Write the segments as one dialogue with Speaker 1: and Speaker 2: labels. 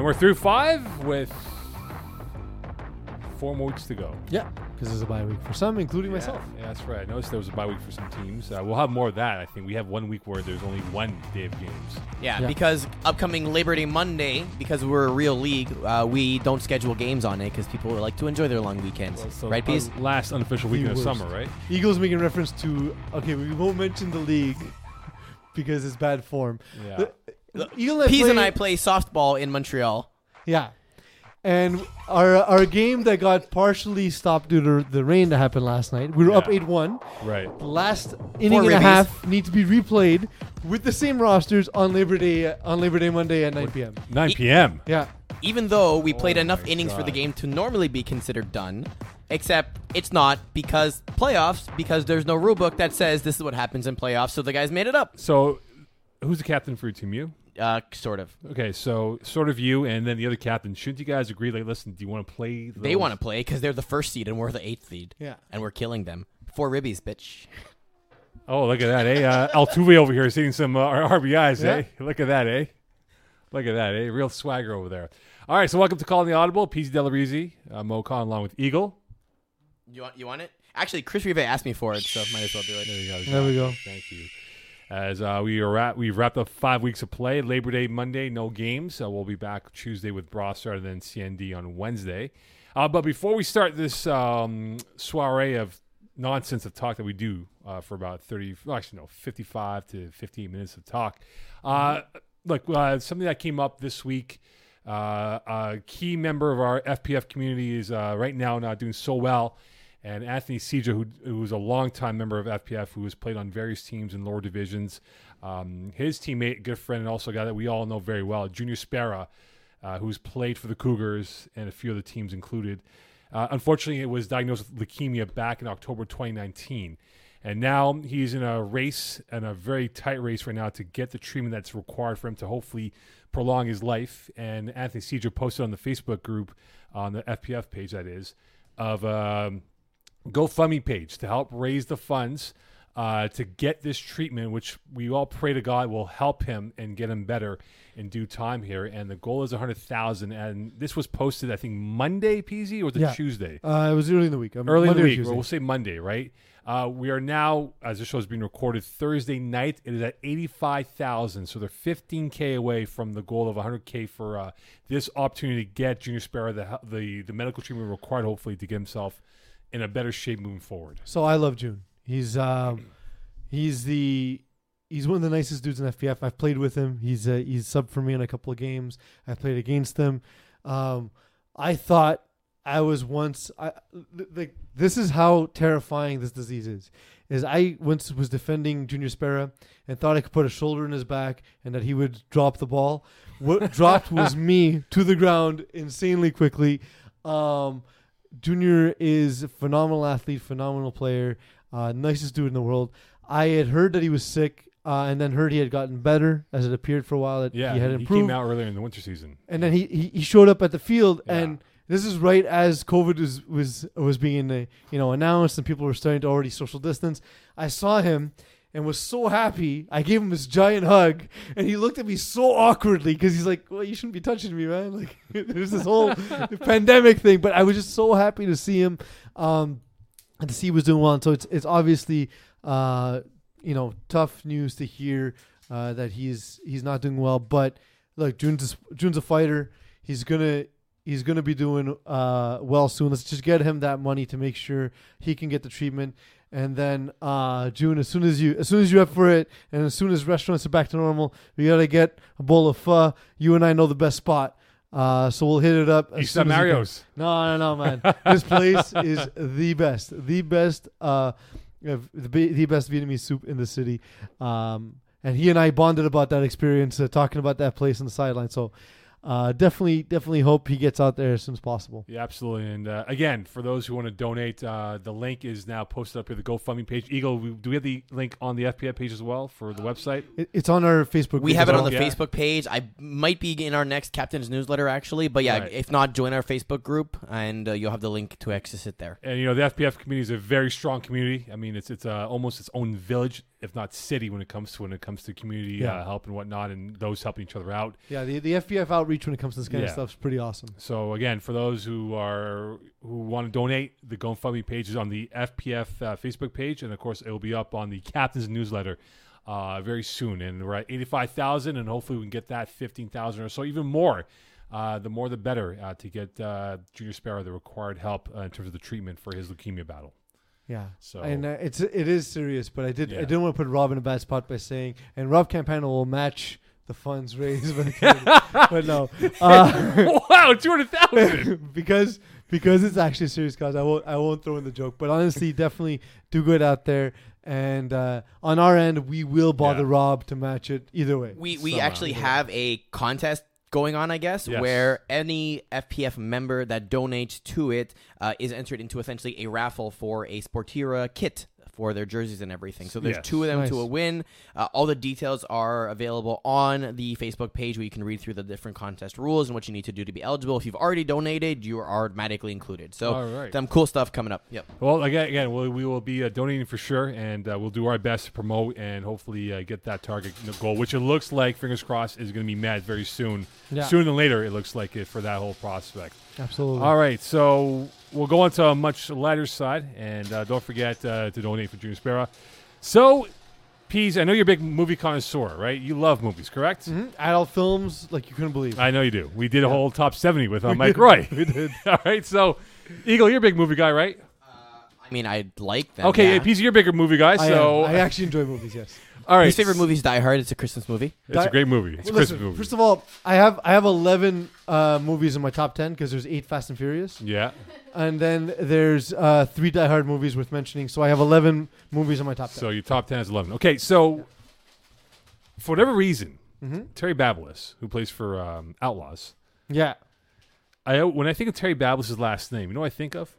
Speaker 1: we're through five with four more weeks to go.
Speaker 2: Yeah, because it's a bye week for some, including myself.
Speaker 1: Yeah, that's right. I noticed there was a bye week for some teams. Uh, we'll have more of that. I think we have one week where there's only one day of games.
Speaker 3: Yeah,
Speaker 2: Yeah.
Speaker 3: because upcoming Labor Day Monday, because we're a real league, uh, we don't schedule games on it because people like to enjoy their long weekends,
Speaker 1: Oh, So um,
Speaker 3: right,
Speaker 1: our
Speaker 3: Peace?
Speaker 1: Uh, Last unofficial
Speaker 2: The
Speaker 1: weekend of
Speaker 2: worst.
Speaker 1: summer, right?
Speaker 2: Eagles making reference to okay, we won't mention the league because it's bad form.
Speaker 1: Yeah.
Speaker 2: The- Eagle
Speaker 3: Peas and
Speaker 2: play-
Speaker 3: I play softball in Montreal.
Speaker 2: Yeah. And our our game that got partially stopped due to the rain that happened last night. We were up
Speaker 1: Yeah.
Speaker 2: eight one.
Speaker 1: Right.
Speaker 2: The last inning and a
Speaker 3: ribbies.
Speaker 2: half need to be replayed with the same rosters on Labor Day on Labor Day Monday at nine p.m.
Speaker 1: 9 p.m.
Speaker 2: Yeah.
Speaker 3: Even though we played
Speaker 1: Oh
Speaker 3: enough
Speaker 1: my
Speaker 3: innings for the
Speaker 1: God.
Speaker 3: game to normally be considered done, except it's not because playoffs, because there's no rule book that says this is what happens in playoffs, so the guys made it up.
Speaker 1: So, who's the captain for your team? You?
Speaker 3: Uh, sort of.
Speaker 1: Okay, so sort of you and then the other captain. Shouldn't you guys agree? Like, listen, do you want to play?
Speaker 3: They want to play because they're the first seed and we're the eighth seed.
Speaker 2: Yeah.
Speaker 3: And we're killing them. Four ribbies, bitch.
Speaker 1: Oh, look at that, eh? Uh, Altuve over here seeing some uh, R- RBIs, eh? Look at that, eh? Look at that, eh? Real swagger over there. All right, so welcome to Calling the Audible. PZ Delarizzi, uh, Mo Khan, along with Eagle.
Speaker 3: You want, you want it? Actually, Chris Rive asked me for it, so might as well do it.
Speaker 1: There you go.
Speaker 2: There we go.
Speaker 1: Thank you. As uh, we are wrap, we've wrapped up five weeks of play. Labor Day Monday, no games. Uh, we'll be back Tuesday with Brossard and then CND on Wednesday. Uh, but before we start this um, soiree of nonsense of talk that we do uh, for about thirty, well, actually no, fifty-five to fifty-eight minutes of talk. Uh, look, uh, something that came up this week. Uh, a key member of our FPF community is uh, right now not doing so well. And Anthony Seja, who, who was a longtime member of FPF, who has played on various teams in lower divisions, um, his teammate, good friend, and also a guy that we all know very well, Junior Spera, uh, who's played for the Cougars and a few other teams included. Uh, unfortunately, it was diagnosed with leukemia back in October 2019. And now he's in a race and a very tight race right now to get the treatment that's required for him to hopefully prolong his life. And Anthony Seger posted on the Facebook group, on the FPF page, that is, of um, GoFundMe page to help raise the funds uh, to get this treatment, which we all pray to God will help him and get him better in due time here. And the goal is 100,000. And this was posted, I think, Monday, PZ, or the
Speaker 2: Yeah.
Speaker 1: Tuesday?
Speaker 2: Uh, it was early in the week. Um,
Speaker 1: early in the
Speaker 2: Monday or
Speaker 1: week.
Speaker 2: Tuesday.
Speaker 1: Or we'll say Monday, right? Uh, we are now, as this show is being recorded, Thursday night. It is at eighty-five thousand, so they're fifteen k away from the goal of one hundred k for uh, this opportunity to get Junior Sparrow the, hel- the the medical treatment required, hopefully, to get himself in a better shape moving forward.
Speaker 2: So I love June. He's um, he's the he's one of the nicest dudes in FPF. I've played with him. He's uh, he's sub for me in a couple of games. I've played against him. Um, I thought I was once I th- like this is how terrifying this disease is. Is I once was defending Junior Sparrow and thought I could put a shoulder in his back and that he would drop the ball. What dropped was me to the ground insanely quickly. Um, Junior is a phenomenal athlete, phenomenal player, uh, nicest dude in the world. I had heard that he was sick, uh, and then heard he had gotten better as it appeared for a while that
Speaker 1: Yeah,
Speaker 2: he had
Speaker 1: he
Speaker 2: improved.
Speaker 1: came out earlier in the winter season.
Speaker 2: and then he, he, he showed up at the field,
Speaker 1: Yeah.
Speaker 2: and this is right as COVID was was was being uh, you know announced, and people were starting to already social distance. I saw him. And was so happy. I gave him this giant hug, and he looked at me so awkwardly because he's like, "Well, you shouldn't be touching me, man." Like, there's this whole pandemic thing. But I was just so happy to see him. Um, and to see he was doing well. And so it's it's obviously uh, you know tough news to hear uh, that he's he's not doing well. But look, June's a, June's a fighter. He's gonna he's gonna be doing uh, well soon. Let's just get him that money to make sure he can get the treatment. And then uh, June, as soon as you as soon as you're up for it, and as soon as restaurants are back to normal, we gotta get a bowl of pho. You and I know the best spot. Uh, so we'll hit it up. as
Speaker 1: He's
Speaker 2: soon as we can.
Speaker 1: Mario's.
Speaker 2: No, no, no, man. this place is the best, the best, uh, of the, be- the best Vietnamese soup in the city. Um, and he and I bonded about that experience, uh, talking about that place on the sideline. So, uh, definitely, definitely hope he gets out there as soon as possible.
Speaker 1: Yeah, absolutely. And uh, again, for those who want to donate, uh, the link is now posted up here, the GoFundMe page. Eagle, we, do we have the link on the FPF page as well for the website?
Speaker 2: It, it's on our Facebook.
Speaker 3: We
Speaker 2: page
Speaker 3: have
Speaker 2: as
Speaker 3: it on
Speaker 2: well.
Speaker 3: the
Speaker 1: Yeah.
Speaker 3: Facebook page. I might be in our next captain's newsletter, actually. But yeah,
Speaker 1: Right.
Speaker 3: if not, join our Facebook group, and uh, you'll have the link to access it there.
Speaker 1: And you know the FPF community is a very strong community. I mean, it's it's uh, almost its own village. It if not city, when it comes to when it comes to community
Speaker 2: Yeah.
Speaker 1: uh, help and whatnot, and those helping each other out.
Speaker 2: Yeah, the, the FBF outreach when it comes to this kind
Speaker 1: Yeah.
Speaker 2: of stuff is pretty awesome.
Speaker 1: So again, for those who are who want to donate, the GoFundMe page is on the FPF uh, Facebook page, and of course, it will be up on the Captain's newsletter uh, very soon. And we're at eighty-five thousand, and hopefully, we can get that fifteen thousand or so, even more. Uh, the more, the better uh, to get uh, Junior Sparrow the required help uh, in terms of the treatment for his leukemia battle.
Speaker 2: Yeah.
Speaker 1: So-
Speaker 2: and uh, it's it is serious, but I did
Speaker 1: Yeah.
Speaker 2: I didn't want to put Rob in a bad spot by saying and Rob Campana will match the funds raised by the community. but no, uh,
Speaker 1: wow, two hundred thousand!
Speaker 2: because because it's actually a serious cause. I won't I won't throw in the joke, but honestly, definitely do good out there. And uh, on our end, we will bother
Speaker 1: Yeah.
Speaker 2: Rob to match it either way.
Speaker 3: We we
Speaker 1: Somehow.
Speaker 3: actually have a contest going on, I guess,
Speaker 1: Yes.
Speaker 3: where any FPF member that donates to it uh, is entered into essentially a raffle for a Sportira kit for their jerseys and everything. So there's
Speaker 1: Yes.
Speaker 3: two of them
Speaker 2: Nice.
Speaker 3: to a win. Uh, all the details are available on the Facebook page where you can read through the different contest rules and what you need to do to be eligible. If you've already donated, you are automatically included. So
Speaker 1: All right.
Speaker 3: some cool stuff coming up. Yep.
Speaker 1: Well, again, again, we, we will be uh, donating for sure, and uh, we'll do our best to promote and hopefully uh, get that target you know, goal, which it looks like, fingers crossed, is going to be met very soon.
Speaker 2: Yeah.
Speaker 1: Sooner than later, it looks like it for that whole prospect.
Speaker 2: Absolutely.
Speaker 1: All right, so we'll go on to a much lighter side, and uh, don't forget uh, to donate for Junior Sparrow. So, Pease, I know you're a big movie connoisseur, right? You love movies, correct?
Speaker 2: Mhm. Adult films like you couldn't believe.
Speaker 1: I know you do. We did a whole top 70 with uh,
Speaker 2: We
Speaker 1: Mike
Speaker 2: did.
Speaker 1: Roy. we did. All right, so, Eagle, you're a big movie guy, right?
Speaker 3: I mean, I like them.
Speaker 1: Okay,
Speaker 3: yeah.
Speaker 1: yeah. Pease, you're a bigger movie guy,
Speaker 2: I, am.
Speaker 1: so.
Speaker 2: I actually enjoy movies. Yes.
Speaker 1: All right.
Speaker 3: His favorite movie is Die Hard. It's a Christmas movie.
Speaker 1: It's a
Speaker 2: Di-
Speaker 1: great movie. It's a
Speaker 2: Well,
Speaker 1: Christmas
Speaker 2: listen,
Speaker 1: movie.
Speaker 2: First of all, I have I have eleven uh, movies in my top ten because there's eight Fast and Furious,
Speaker 1: yeah.
Speaker 2: and then there's uh, three Die Hard movies worth mentioning. So I have eleven movies in my top ten.
Speaker 1: So your top 10 is 11. Okay, so for whatever reason,
Speaker 2: Mm-hmm.
Speaker 1: Terry Babliss, who plays for um, Outlaws,
Speaker 2: yeah.
Speaker 1: I when I think of Terry Babliss' last name, you know what I think of?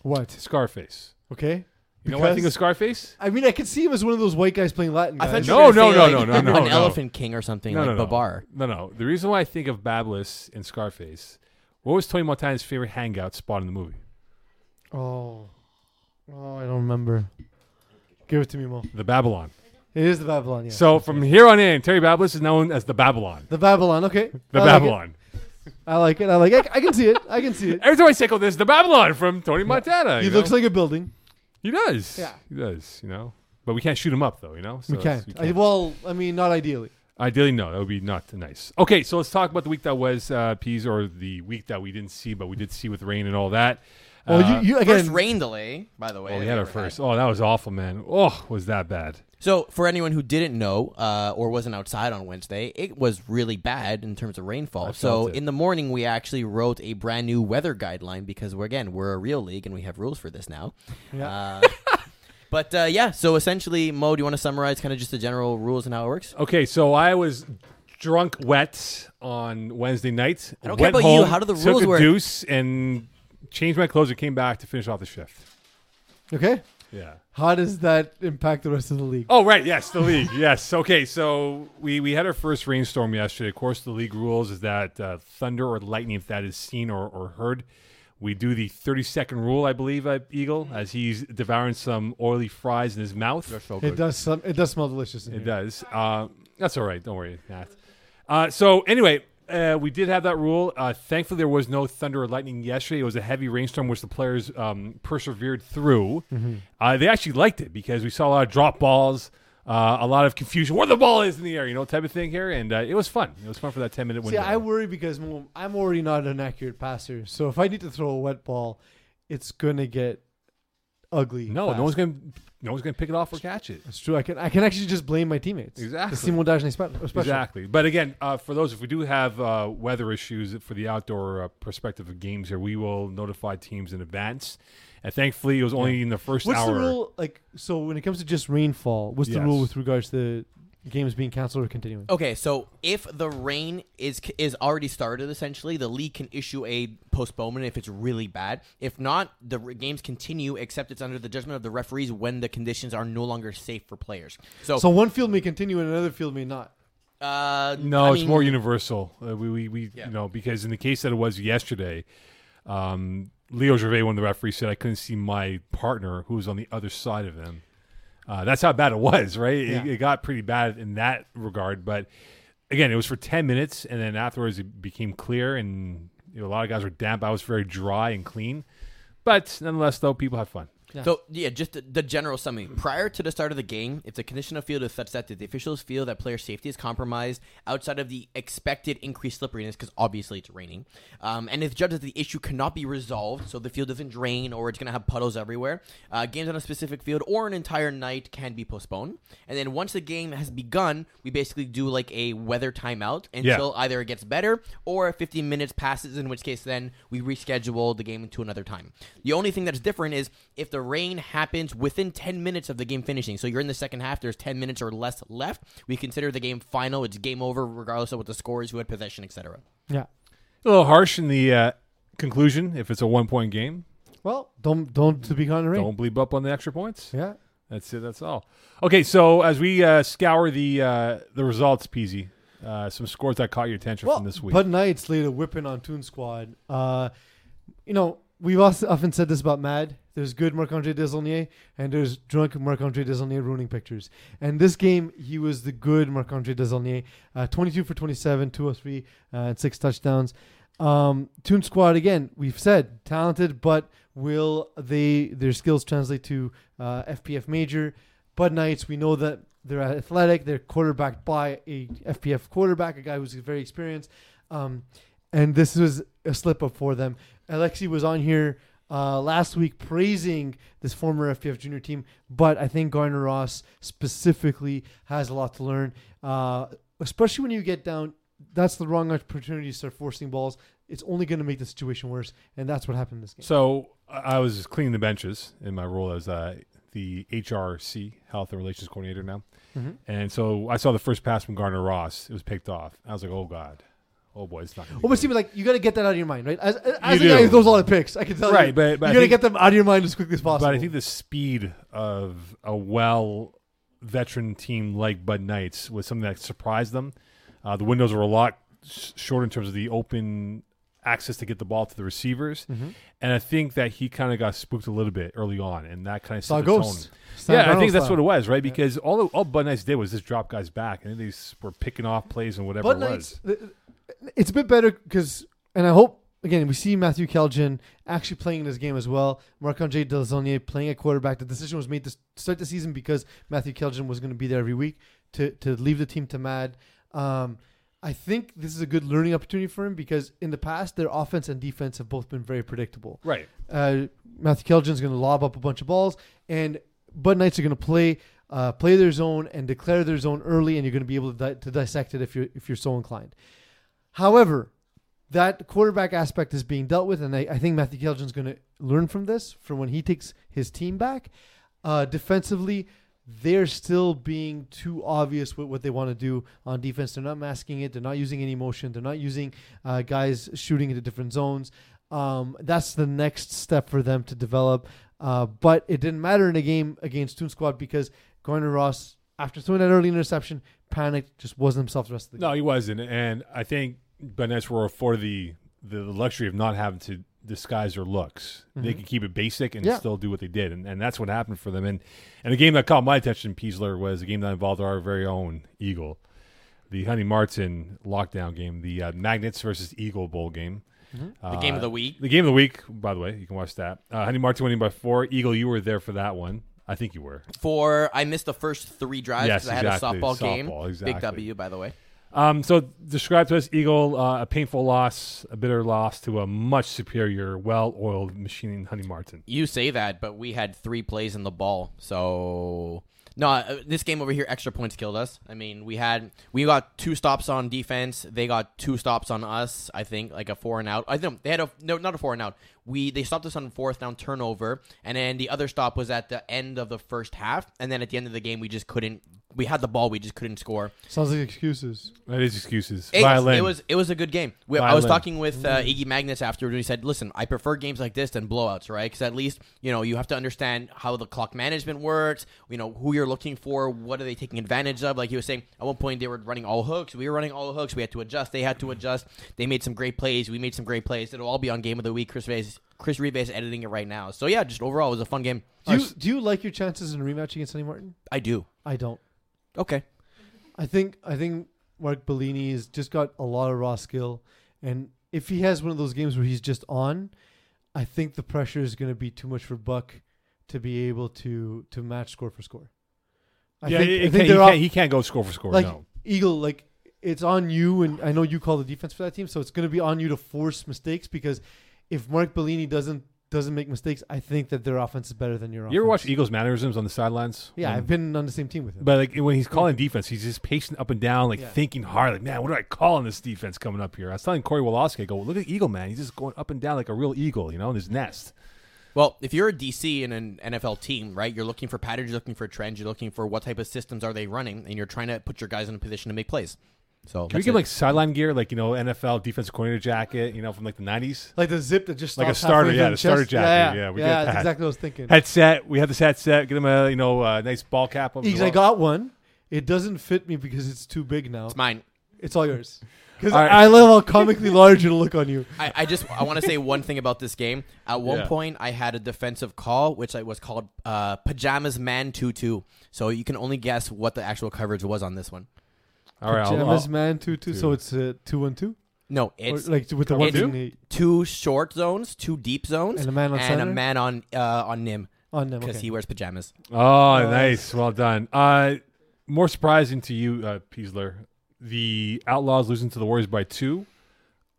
Speaker 2: What?
Speaker 1: Scarface.
Speaker 2: Okay.
Speaker 1: You know what I think of
Speaker 2: Because-
Speaker 1: Scarface?
Speaker 2: I mean, I could see him as one of those white guys playing Latin
Speaker 3: I
Speaker 2: guys.
Speaker 3: thought you
Speaker 1: No, no,
Speaker 3: were gonna say,
Speaker 1: no,
Speaker 3: like,
Speaker 1: no, no, no, no.
Speaker 3: an Elephant King or something
Speaker 1: No,
Speaker 3: like
Speaker 1: no, no.
Speaker 3: Babar.
Speaker 1: No, no. The reason why I think of Babliss and Scarface, what was Tony Montana's favorite hangout spot in the movie?
Speaker 2: Oh, oh, I don't remember. Give it to me, Mo.
Speaker 1: The Babylon.
Speaker 2: It is the Babylon. Yeah.
Speaker 1: So from here on in, Terry Babliss is known as the Babylon.
Speaker 2: the Babylon. Okay.
Speaker 1: The
Speaker 2: I Oh, like it.
Speaker 1: Babylon.
Speaker 2: I like it. I like it. I, I can see it. I can see it.
Speaker 1: Every time I say "Oh, this, the Babylon from Tony Montana.
Speaker 2: He
Speaker 1: you know?
Speaker 2: looks like a building.
Speaker 1: He does.
Speaker 2: Yeah.
Speaker 1: He does, you know. But we can't shoot him up though, you know? So
Speaker 2: we
Speaker 1: it's-
Speaker 2: can't. I, well, I mean, not ideally.
Speaker 1: Ideally, no. That would be not nice. Okay, so let's talk about the week that was, uh, Peas, or the week that we didn't see, but we did see with rain and all that.
Speaker 2: Well,
Speaker 1: Uh,
Speaker 2: Oh, you, you again.
Speaker 3: First rain delay, by the way.
Speaker 1: oh,
Speaker 3: that
Speaker 1: we had our
Speaker 3: ever
Speaker 1: first. Oh, that was awful, man. Oh, was that bad?
Speaker 3: So, for anyone who didn't know uh, or wasn't outside on Wednesday, it was really bad in terms of rainfall. So,
Speaker 1: felt it.
Speaker 3: in the morning, we actually wrote a brand new weather guideline because we're again we're a real league and we have rules for this now.
Speaker 2: Yeah.
Speaker 3: Uh, but uh, yeah, so essentially, Mo, do you want to summarize kind of just the general rules and how it works?
Speaker 1: Okay, so I was drunk, wet on Wednesday night. I
Speaker 3: don't care about you. How do the rules
Speaker 1: took a
Speaker 3: work?
Speaker 1: Deuce and changed my clothes and came back to finish off the shift.
Speaker 2: okay.
Speaker 1: Yeah.
Speaker 2: How does that impact the rest of the league?
Speaker 1: Oh right, yes, the league. yes. Okay, so we we had our first rainstorm yesterday. Of course, the league rules is that uh, thunder or lightning, if that is seen or, or heard, we do the thirty second rule, I believe, uh, Eagle, as he's devouring some oily fries in his mouth.
Speaker 2: It does. Some, it does smell delicious. In
Speaker 1: It
Speaker 2: here.
Speaker 1: does. Uh, that's all right. Don't worry, Matt. Uh, so anyway, uh, we did have that rule. Uh, thankfully, there was no thunder or lightning yesterday. It was a heavy rainstorm, which the players um, persevered through.
Speaker 2: Mm-hmm.
Speaker 1: Uh, they actually liked it because we saw a lot of drop balls. Uh, a lot of confusion where the ball is in the air, you know, type of thing here, and uh, it was fun. It was fun for that ten minute
Speaker 2: See,
Speaker 1: window.
Speaker 2: I worry because mo- I'm already not an accurate passer. So if I need to throw a wet ball, it's gonna get ugly.
Speaker 1: no,
Speaker 2: fast.
Speaker 1: no one's gonna, no one's gonna pick it off or catch it.
Speaker 2: It's true. I can. I can actually just blame my teammates.
Speaker 1: Exactly.
Speaker 2: The Simon Dajne spe- special.
Speaker 1: Exactly. But again, uh, for those, if we do have uh, weather issues for the outdoor uh, perspective of games here, we will notify teams in advance. And thankfully, it was only in the first
Speaker 2: What's
Speaker 1: hour.
Speaker 2: the rule? Like, so when it comes to just rainfall, what's the
Speaker 1: Yes. Oh,
Speaker 2: rule with regards to games being canceled or continuing?
Speaker 3: Okay, so if the rain is is already started, essentially the league can issue a postponement if it's really bad. If not, the r- games continue, except it's under the judgment of the referees when the conditions are no longer safe for players.
Speaker 1: oh.
Speaker 3: So,
Speaker 2: So one field may continue and another field may not.
Speaker 3: uh,
Speaker 1: No,
Speaker 3: I
Speaker 1: it's
Speaker 3: mean,
Speaker 1: more universal. Uh, we, we, we
Speaker 3: Yeah.
Speaker 1: you know, because in the case that it was yesterday, um, Leo Gervais, one of the referees, said I couldn't see my partner who was on the other side of him. Uh, that's how bad it was, right? It,
Speaker 2: Yeah.
Speaker 1: it got pretty bad in that regard. But again, it was for 10 minutes. And then afterwards, it became clear. And you know, a lot of guys were damp. I was very dry and clean. But nonetheless, though, people had fun.
Speaker 3: So yeah, just the, the general summary. Prior to the start of the game, if the condition of field is such that the officials feel that player safety is compromised outside of the expected increased slipperiness, because obviously it's raining, um, and if judged that the issue cannot be resolved, so the field doesn't drain or it's going to have puddles everywhere, uh, games on a specific field or an entire night can be postponed. And then once the game has begun, we basically do like a weather timeout until either it gets better or 15 minutes passes, in which case then we reschedule the game to another time. The only thing that's different is if the rain happens within 10 minutes of the game finishing, so you're in the second half, there's 10 minutes or less left, we consider the game final, it's game over regardless of what the score is, who had possession, etc.
Speaker 2: Yeah.
Speaker 1: A little harsh in the uh, conclusion if it's a one point game.
Speaker 2: Well, don't don't to be kind of rain.
Speaker 1: Don't bleep up on the extra points.
Speaker 2: Yeah.
Speaker 1: That's it. That's all. Okay, so as we uh, scour the uh, the results, Peasy, uh, some scores that caught your attention
Speaker 2: Well,
Speaker 1: from this week.
Speaker 2: Bud Knights laid a whipping on Toon Squad. Uh, you know, we've also often said this about Mad. There's good Marc Andre Desaulnier and there's drunk Marc Andre Desaulnier ruining pictures. And this game, he was the good Marc Andre Desaulnier. Uh, 22 for 27, 203, uh, and six touchdowns. Um, Toon Squad again. We've said talented, but will they their skills translate to uh, FPF major? Bud Knights, we know that they're athletic. They're quarterbacked by a FPF quarterback, a guy who's very experienced. Um, and this was a slip up for them. Alexi was on here uh, last week praising this former FPF junior team, but I think Garner Ross specifically has a lot to learn, uh, especially when you get down. That's the wrong opportunity to start forcing balls. It's only going to make the situation worse, and that's what happened in this game.
Speaker 1: So I I was just cleaning the benches in my role as uh, the HRC, Health and Relations Coordinator now. And so I saw the first pass from Garner Ross. It was picked off. I was like, oh, God. Oh, boy, it's not going to
Speaker 2: Well, but see, like you got to get that out of your mind, right? As, as a
Speaker 1: You
Speaker 2: guy who
Speaker 1: do.
Speaker 2: throws a lot of picks, I can tell
Speaker 1: Right,
Speaker 2: you,
Speaker 1: but- but I
Speaker 2: you got to
Speaker 1: think-
Speaker 2: get them out of your mind as quickly as possible.
Speaker 1: But I think the speed of a well veteran team like Bud Knights was something that surprised them. Uh, the windows were a lot s- short in terms of the open access to get the ball to the receivers, and I think that he kind of got spooked a little bit early on, and that kind of
Speaker 2: saw
Speaker 1: set
Speaker 2: a
Speaker 1: the tone.
Speaker 2: ghost. Sam
Speaker 1: Yeah, I
Speaker 2: Darnold
Speaker 1: think that's
Speaker 2: style.
Speaker 1: what it was, right? Because all all Bud Knights did was just drop guys back, and they s- were picking off plays and whatever
Speaker 2: Bud
Speaker 1: it
Speaker 2: Knights,
Speaker 1: was.
Speaker 2: th- th- it's a bit better because, and I hope again we see Matthew Calgin actually playing in this game as well. Marc Andre Delzonier playing at quarterback. The decision was made to s- start the season because Matthew Calgin was going to be there every week to to leave the team to Mad. Um, I think this is a good learning opportunity for him because in the past their offense and defense have both been very predictable
Speaker 1: Right.
Speaker 2: uh, Matthew Kelgin's going to lob up a bunch of balls, and Bud Knights are going to play uh, play their zone and declare their zone early, and you're going to be able to, di- to dissect it if you're if you're so inclined. However, that quarterback aspect is being dealt with, and I, I think Matthew Kelgin's going to learn from this for when he takes his team back. Uh, defensively, they're still being too obvious with what they want to do on defense. They're not masking it. They're not using any motion. They're not using uh, guys shooting into different zones. Um, that's the next step for them to develop. Uh, but it didn't matter in a game against Toon Squad because Garner Ross, after throwing that early interception, panicked, just wasn't himself the rest of the game.
Speaker 1: No, he wasn't, and I think Bud Knights were afforded the the luxury of not having to disguise their looks. They
Speaker 3: Mm-hmm.
Speaker 1: could keep it basic and
Speaker 2: Yeah.
Speaker 1: still do what they did, and, and that's what happened for them. And and the game that caught my attention, Peasler, was a game that involved our very own Eagle, the Honey Martin lockdown game, the uh, Magnets versus Eagle Bowl game.
Speaker 3: Mm-hmm.
Speaker 1: Uh,
Speaker 3: The game of the week.
Speaker 1: The game of the week, by the way, you can watch that. Uh, Honey Martin winning by four. Eagle, you were there for that one. I think you were.
Speaker 3: For I missed the first three drives
Speaker 1: Yes,
Speaker 3: because I had a
Speaker 1: exactly.
Speaker 3: softball,
Speaker 1: Softball,
Speaker 3: game.
Speaker 1: exactly.
Speaker 3: Big W, by the way.
Speaker 1: Um, so describe to us, Eagle, uh, a painful loss, a bitter loss to a much superior, well-oiled machining Honey Martin.
Speaker 3: You say that, but we had three plays in the ball. So no, uh, this game over here, extra points killed us. I mean, we had we got two stops on defense. They got two stops on us. I think like a four and out. I think they had a no, not a four and out. We they stopped us on fourth down turnover, and then the other stop was at the end of the first half. And then at the end of the game, we just couldn't we had the ball, we just couldn't score.
Speaker 2: Sounds like excuses.
Speaker 1: That is excuses.
Speaker 3: It,
Speaker 1: Violin.
Speaker 3: it was it was a good game. We, I was
Speaker 1: Violin.
Speaker 3: talking with uh, Iggy Magnus afterwards, and he said, "Listen, I prefer games like this than blowouts, right? Because at least you know you have to understand how the clock management works. You know who you're looking for. What are they taking advantage of? Like he was saying, at one point they were running all hooks. We were running all hooks. We had to adjust. They had to adjust. They made some great plays. We made some great plays. It'll all be on Game of the Week. Chris Reeves, Chris Reeves editing it right now. So yeah, just overall, it was a fun game.
Speaker 2: Do you, do you like your chances in a rematch against Sonny Martin?
Speaker 3: I do.
Speaker 2: I don't.
Speaker 3: Okay.
Speaker 2: I think I think Mark Bellini has just got a lot of raw skill, and if he has one of those games where he's just on, I think the pressure is going to be too much for Buck to be able to to match score for score. I
Speaker 1: yeah,
Speaker 2: think,
Speaker 1: it-
Speaker 2: I
Speaker 1: it
Speaker 2: think
Speaker 1: can't- he,
Speaker 2: they're
Speaker 1: can't,
Speaker 2: off,
Speaker 1: he can't go score for score.
Speaker 2: like
Speaker 1: no.
Speaker 2: Eagle, like it's on you, and I know you call the defense for that team, so it's going to be on you to force mistakes because if Mark Bellini doesn't doesn't make mistakes, I think that their offense is better than your offense.
Speaker 1: You ever watch Eagles mannerisms on the sidelines?
Speaker 2: Yeah,
Speaker 1: When-
Speaker 2: I've been on the same team with him.
Speaker 1: But like when he's calling defense, he's just pacing up and down, like
Speaker 2: Yeah.
Speaker 1: thinking hard, like, man, what do I call on this defense coming up here? I was telling Corey Woloski, I go, look at Eagle, man. He's just going up and down like a real eagle, you know, in his nest.
Speaker 3: Well, if you're a DC in an NFL team, right, you're looking for patterns, you're looking for trends, you're looking for what type of systems are they running, and you're trying to put your guys in a position to make plays. So
Speaker 1: Can we
Speaker 3: that's
Speaker 1: give
Speaker 3: it.
Speaker 1: like sideline gear, like, you know, NFL defensive coordinator jacket, you know, from like the 90s?
Speaker 2: Like the zip that just
Speaker 1: Like a
Speaker 2: stops halfway
Speaker 1: starter,
Speaker 2: down
Speaker 1: yeah,
Speaker 2: the
Speaker 1: the
Speaker 2: chest.
Speaker 1: starter
Speaker 2: Yeah,
Speaker 1: jacket,
Speaker 2: yeah,
Speaker 1: yeah, we
Speaker 2: yeah,
Speaker 1: did
Speaker 2: that's
Speaker 1: that.
Speaker 2: exactly what I was thinking.
Speaker 1: Headset. We have this headset. Get him a, you know, a nice ball cap. over
Speaker 2: Eags,
Speaker 1: the
Speaker 2: I
Speaker 1: wall.
Speaker 2: got one. It doesn't fit me because it's too big now.
Speaker 3: it's mine.
Speaker 2: It's all yours. Because
Speaker 1: All right.
Speaker 2: I love how comically large it'll look on you.
Speaker 3: I, I just I want to say one thing about this game. At one
Speaker 1: Yeah.
Speaker 3: point, I had a defensive call, which I was called uh, pajamas man two two. So you can only guess what the actual coverage was on this one.
Speaker 2: "Oh,
Speaker 1: All right. I'll-
Speaker 2: Pajamas
Speaker 1: I'll-
Speaker 2: man two two. So it's uh, two one two.
Speaker 3: No,
Speaker 2: Or
Speaker 3: it's
Speaker 2: like with the one
Speaker 3: it's-
Speaker 2: thing they-
Speaker 3: two short zones, two deep zones,
Speaker 2: And a man on
Speaker 3: and a
Speaker 2: center?
Speaker 3: man on uh, on Nim
Speaker 2: on them.
Speaker 3: because
Speaker 2: Okay.
Speaker 3: he wears pajamas.
Speaker 1: oh, nice. Well done. Uh, more surprising to you, uh, Peasler, the Outlaws losing to the Warriors by two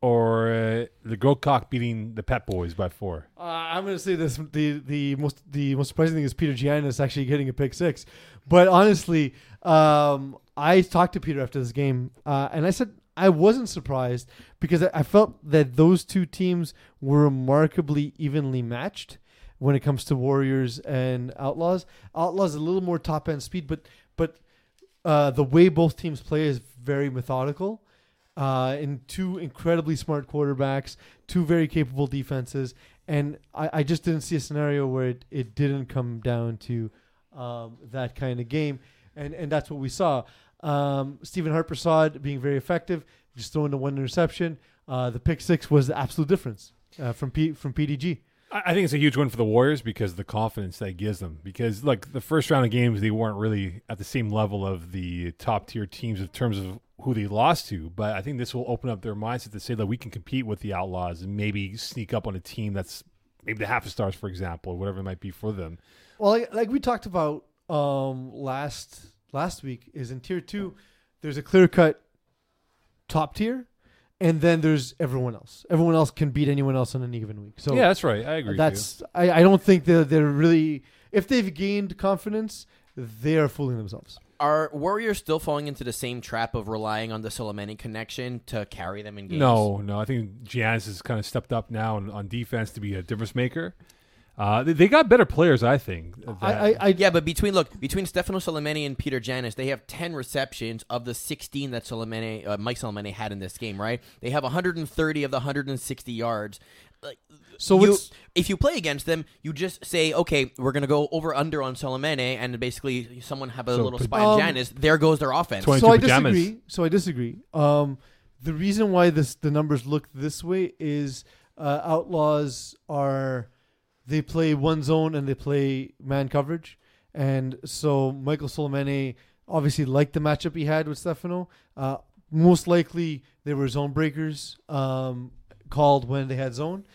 Speaker 1: or uh, the Grocock beating the Pet Boys by four?
Speaker 2: Uh, I'm gonna say this: the the most the most surprising thing is Peter Giannis actually getting a pick six. But honestly, um, I talked to Peter after this game, uh, and I said I wasn't surprised because I, I felt that those two teams were remarkably evenly matched when it comes to Warriors and Outlaws. Outlaws a little more top end speed, but but uh, the way both teams play is very methodical. Uh, and two incredibly smart quarterbacks, two very capable defenses, and I, I just didn't see a scenario where it, it didn't come down to um, that kind of game, and and that's what we saw. Um, Stephen Harper saw it being very effective, just throwing the one interception. Uh, the pick six was the absolute difference uh, from P, from PDG.
Speaker 1: I I think it's a huge win for the Warriors because of the confidence that it gives them. Because look, the first round of games they weren't really at the same level of the top tier teams in terms of who they lost to. But I think this will open up their mindset to say that we can compete with the Outlaws and maybe sneak up on a team that's maybe the half a stars, for example, or whatever it might be for them.
Speaker 2: Well, like, like we talked about um, last last week, is in tier two, there's a clear cut top tier, and then there's everyone else. Everyone else can beat anyone else on any given week. So
Speaker 1: yeah, that's right. I agree. with you.
Speaker 2: that's I, I don't think they're, they're really if they've gained confidence, they are fooling themselves.
Speaker 3: Are Warriors still falling into the same trap of relying on the Soleimani connection to carry them in games?
Speaker 1: No, no. I think Giannis has kind of stepped up now on, on defense to be a difference maker. Uh, they, they got better players, I think. that-
Speaker 2: I, I, I
Speaker 3: Yeah, but between look between Stefano Soleimani and Peter Janis, they have ten receptions of the sixteen that Soleimani, uh, Mike Soleimani had in this game. Right? They have 130 of the 160 yards. Like,
Speaker 2: so
Speaker 3: you-
Speaker 2: it's
Speaker 3: if you play against them, you just say, okay, we're gonna go over under on Soleimani, and basically someone have a
Speaker 1: So,
Speaker 3: little
Speaker 1: but-
Speaker 3: spy on
Speaker 2: Um,
Speaker 3: Janis. There goes their offense.
Speaker 1: 20
Speaker 2: so I
Speaker 1: 22 pajamas.
Speaker 2: disagree. So I disagree. Um, the reason why this the numbers look this way is uh, outlaws are they play one zone and they play man coverage, and so Michael Soleimani obviously liked the matchup he had with Stefano. Uh, most likely they were zone breakers um, called when they had zone,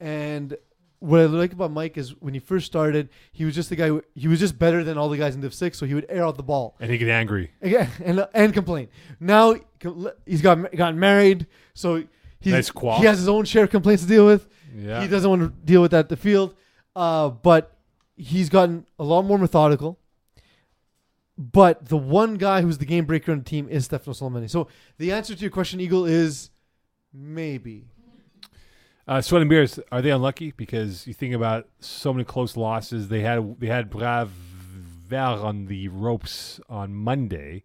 Speaker 2: and what I like about Mike is when he first started, he was just the guy. who- He was just better than all the guys in Div Six, so he would air out the ball.
Speaker 1: and he get angry.
Speaker 2: Again, and and complain. Now he's got gotten married, so he's
Speaker 1: Nice quaff.
Speaker 2: he has his own share of complaints to deal with.
Speaker 1: Yeah.
Speaker 2: He doesn't want to deal with that at the field, uh, but he's gotten a lot more methodical. But the one guy who's the game breaker on the team is Stefano Solomoni. So the answer to your question, Eagle, is maybe.
Speaker 1: Uh, Sweat and Beers, are they unlucky? Because you think about so many close losses. They had they had Brav Vauvert on the ropes on Monday.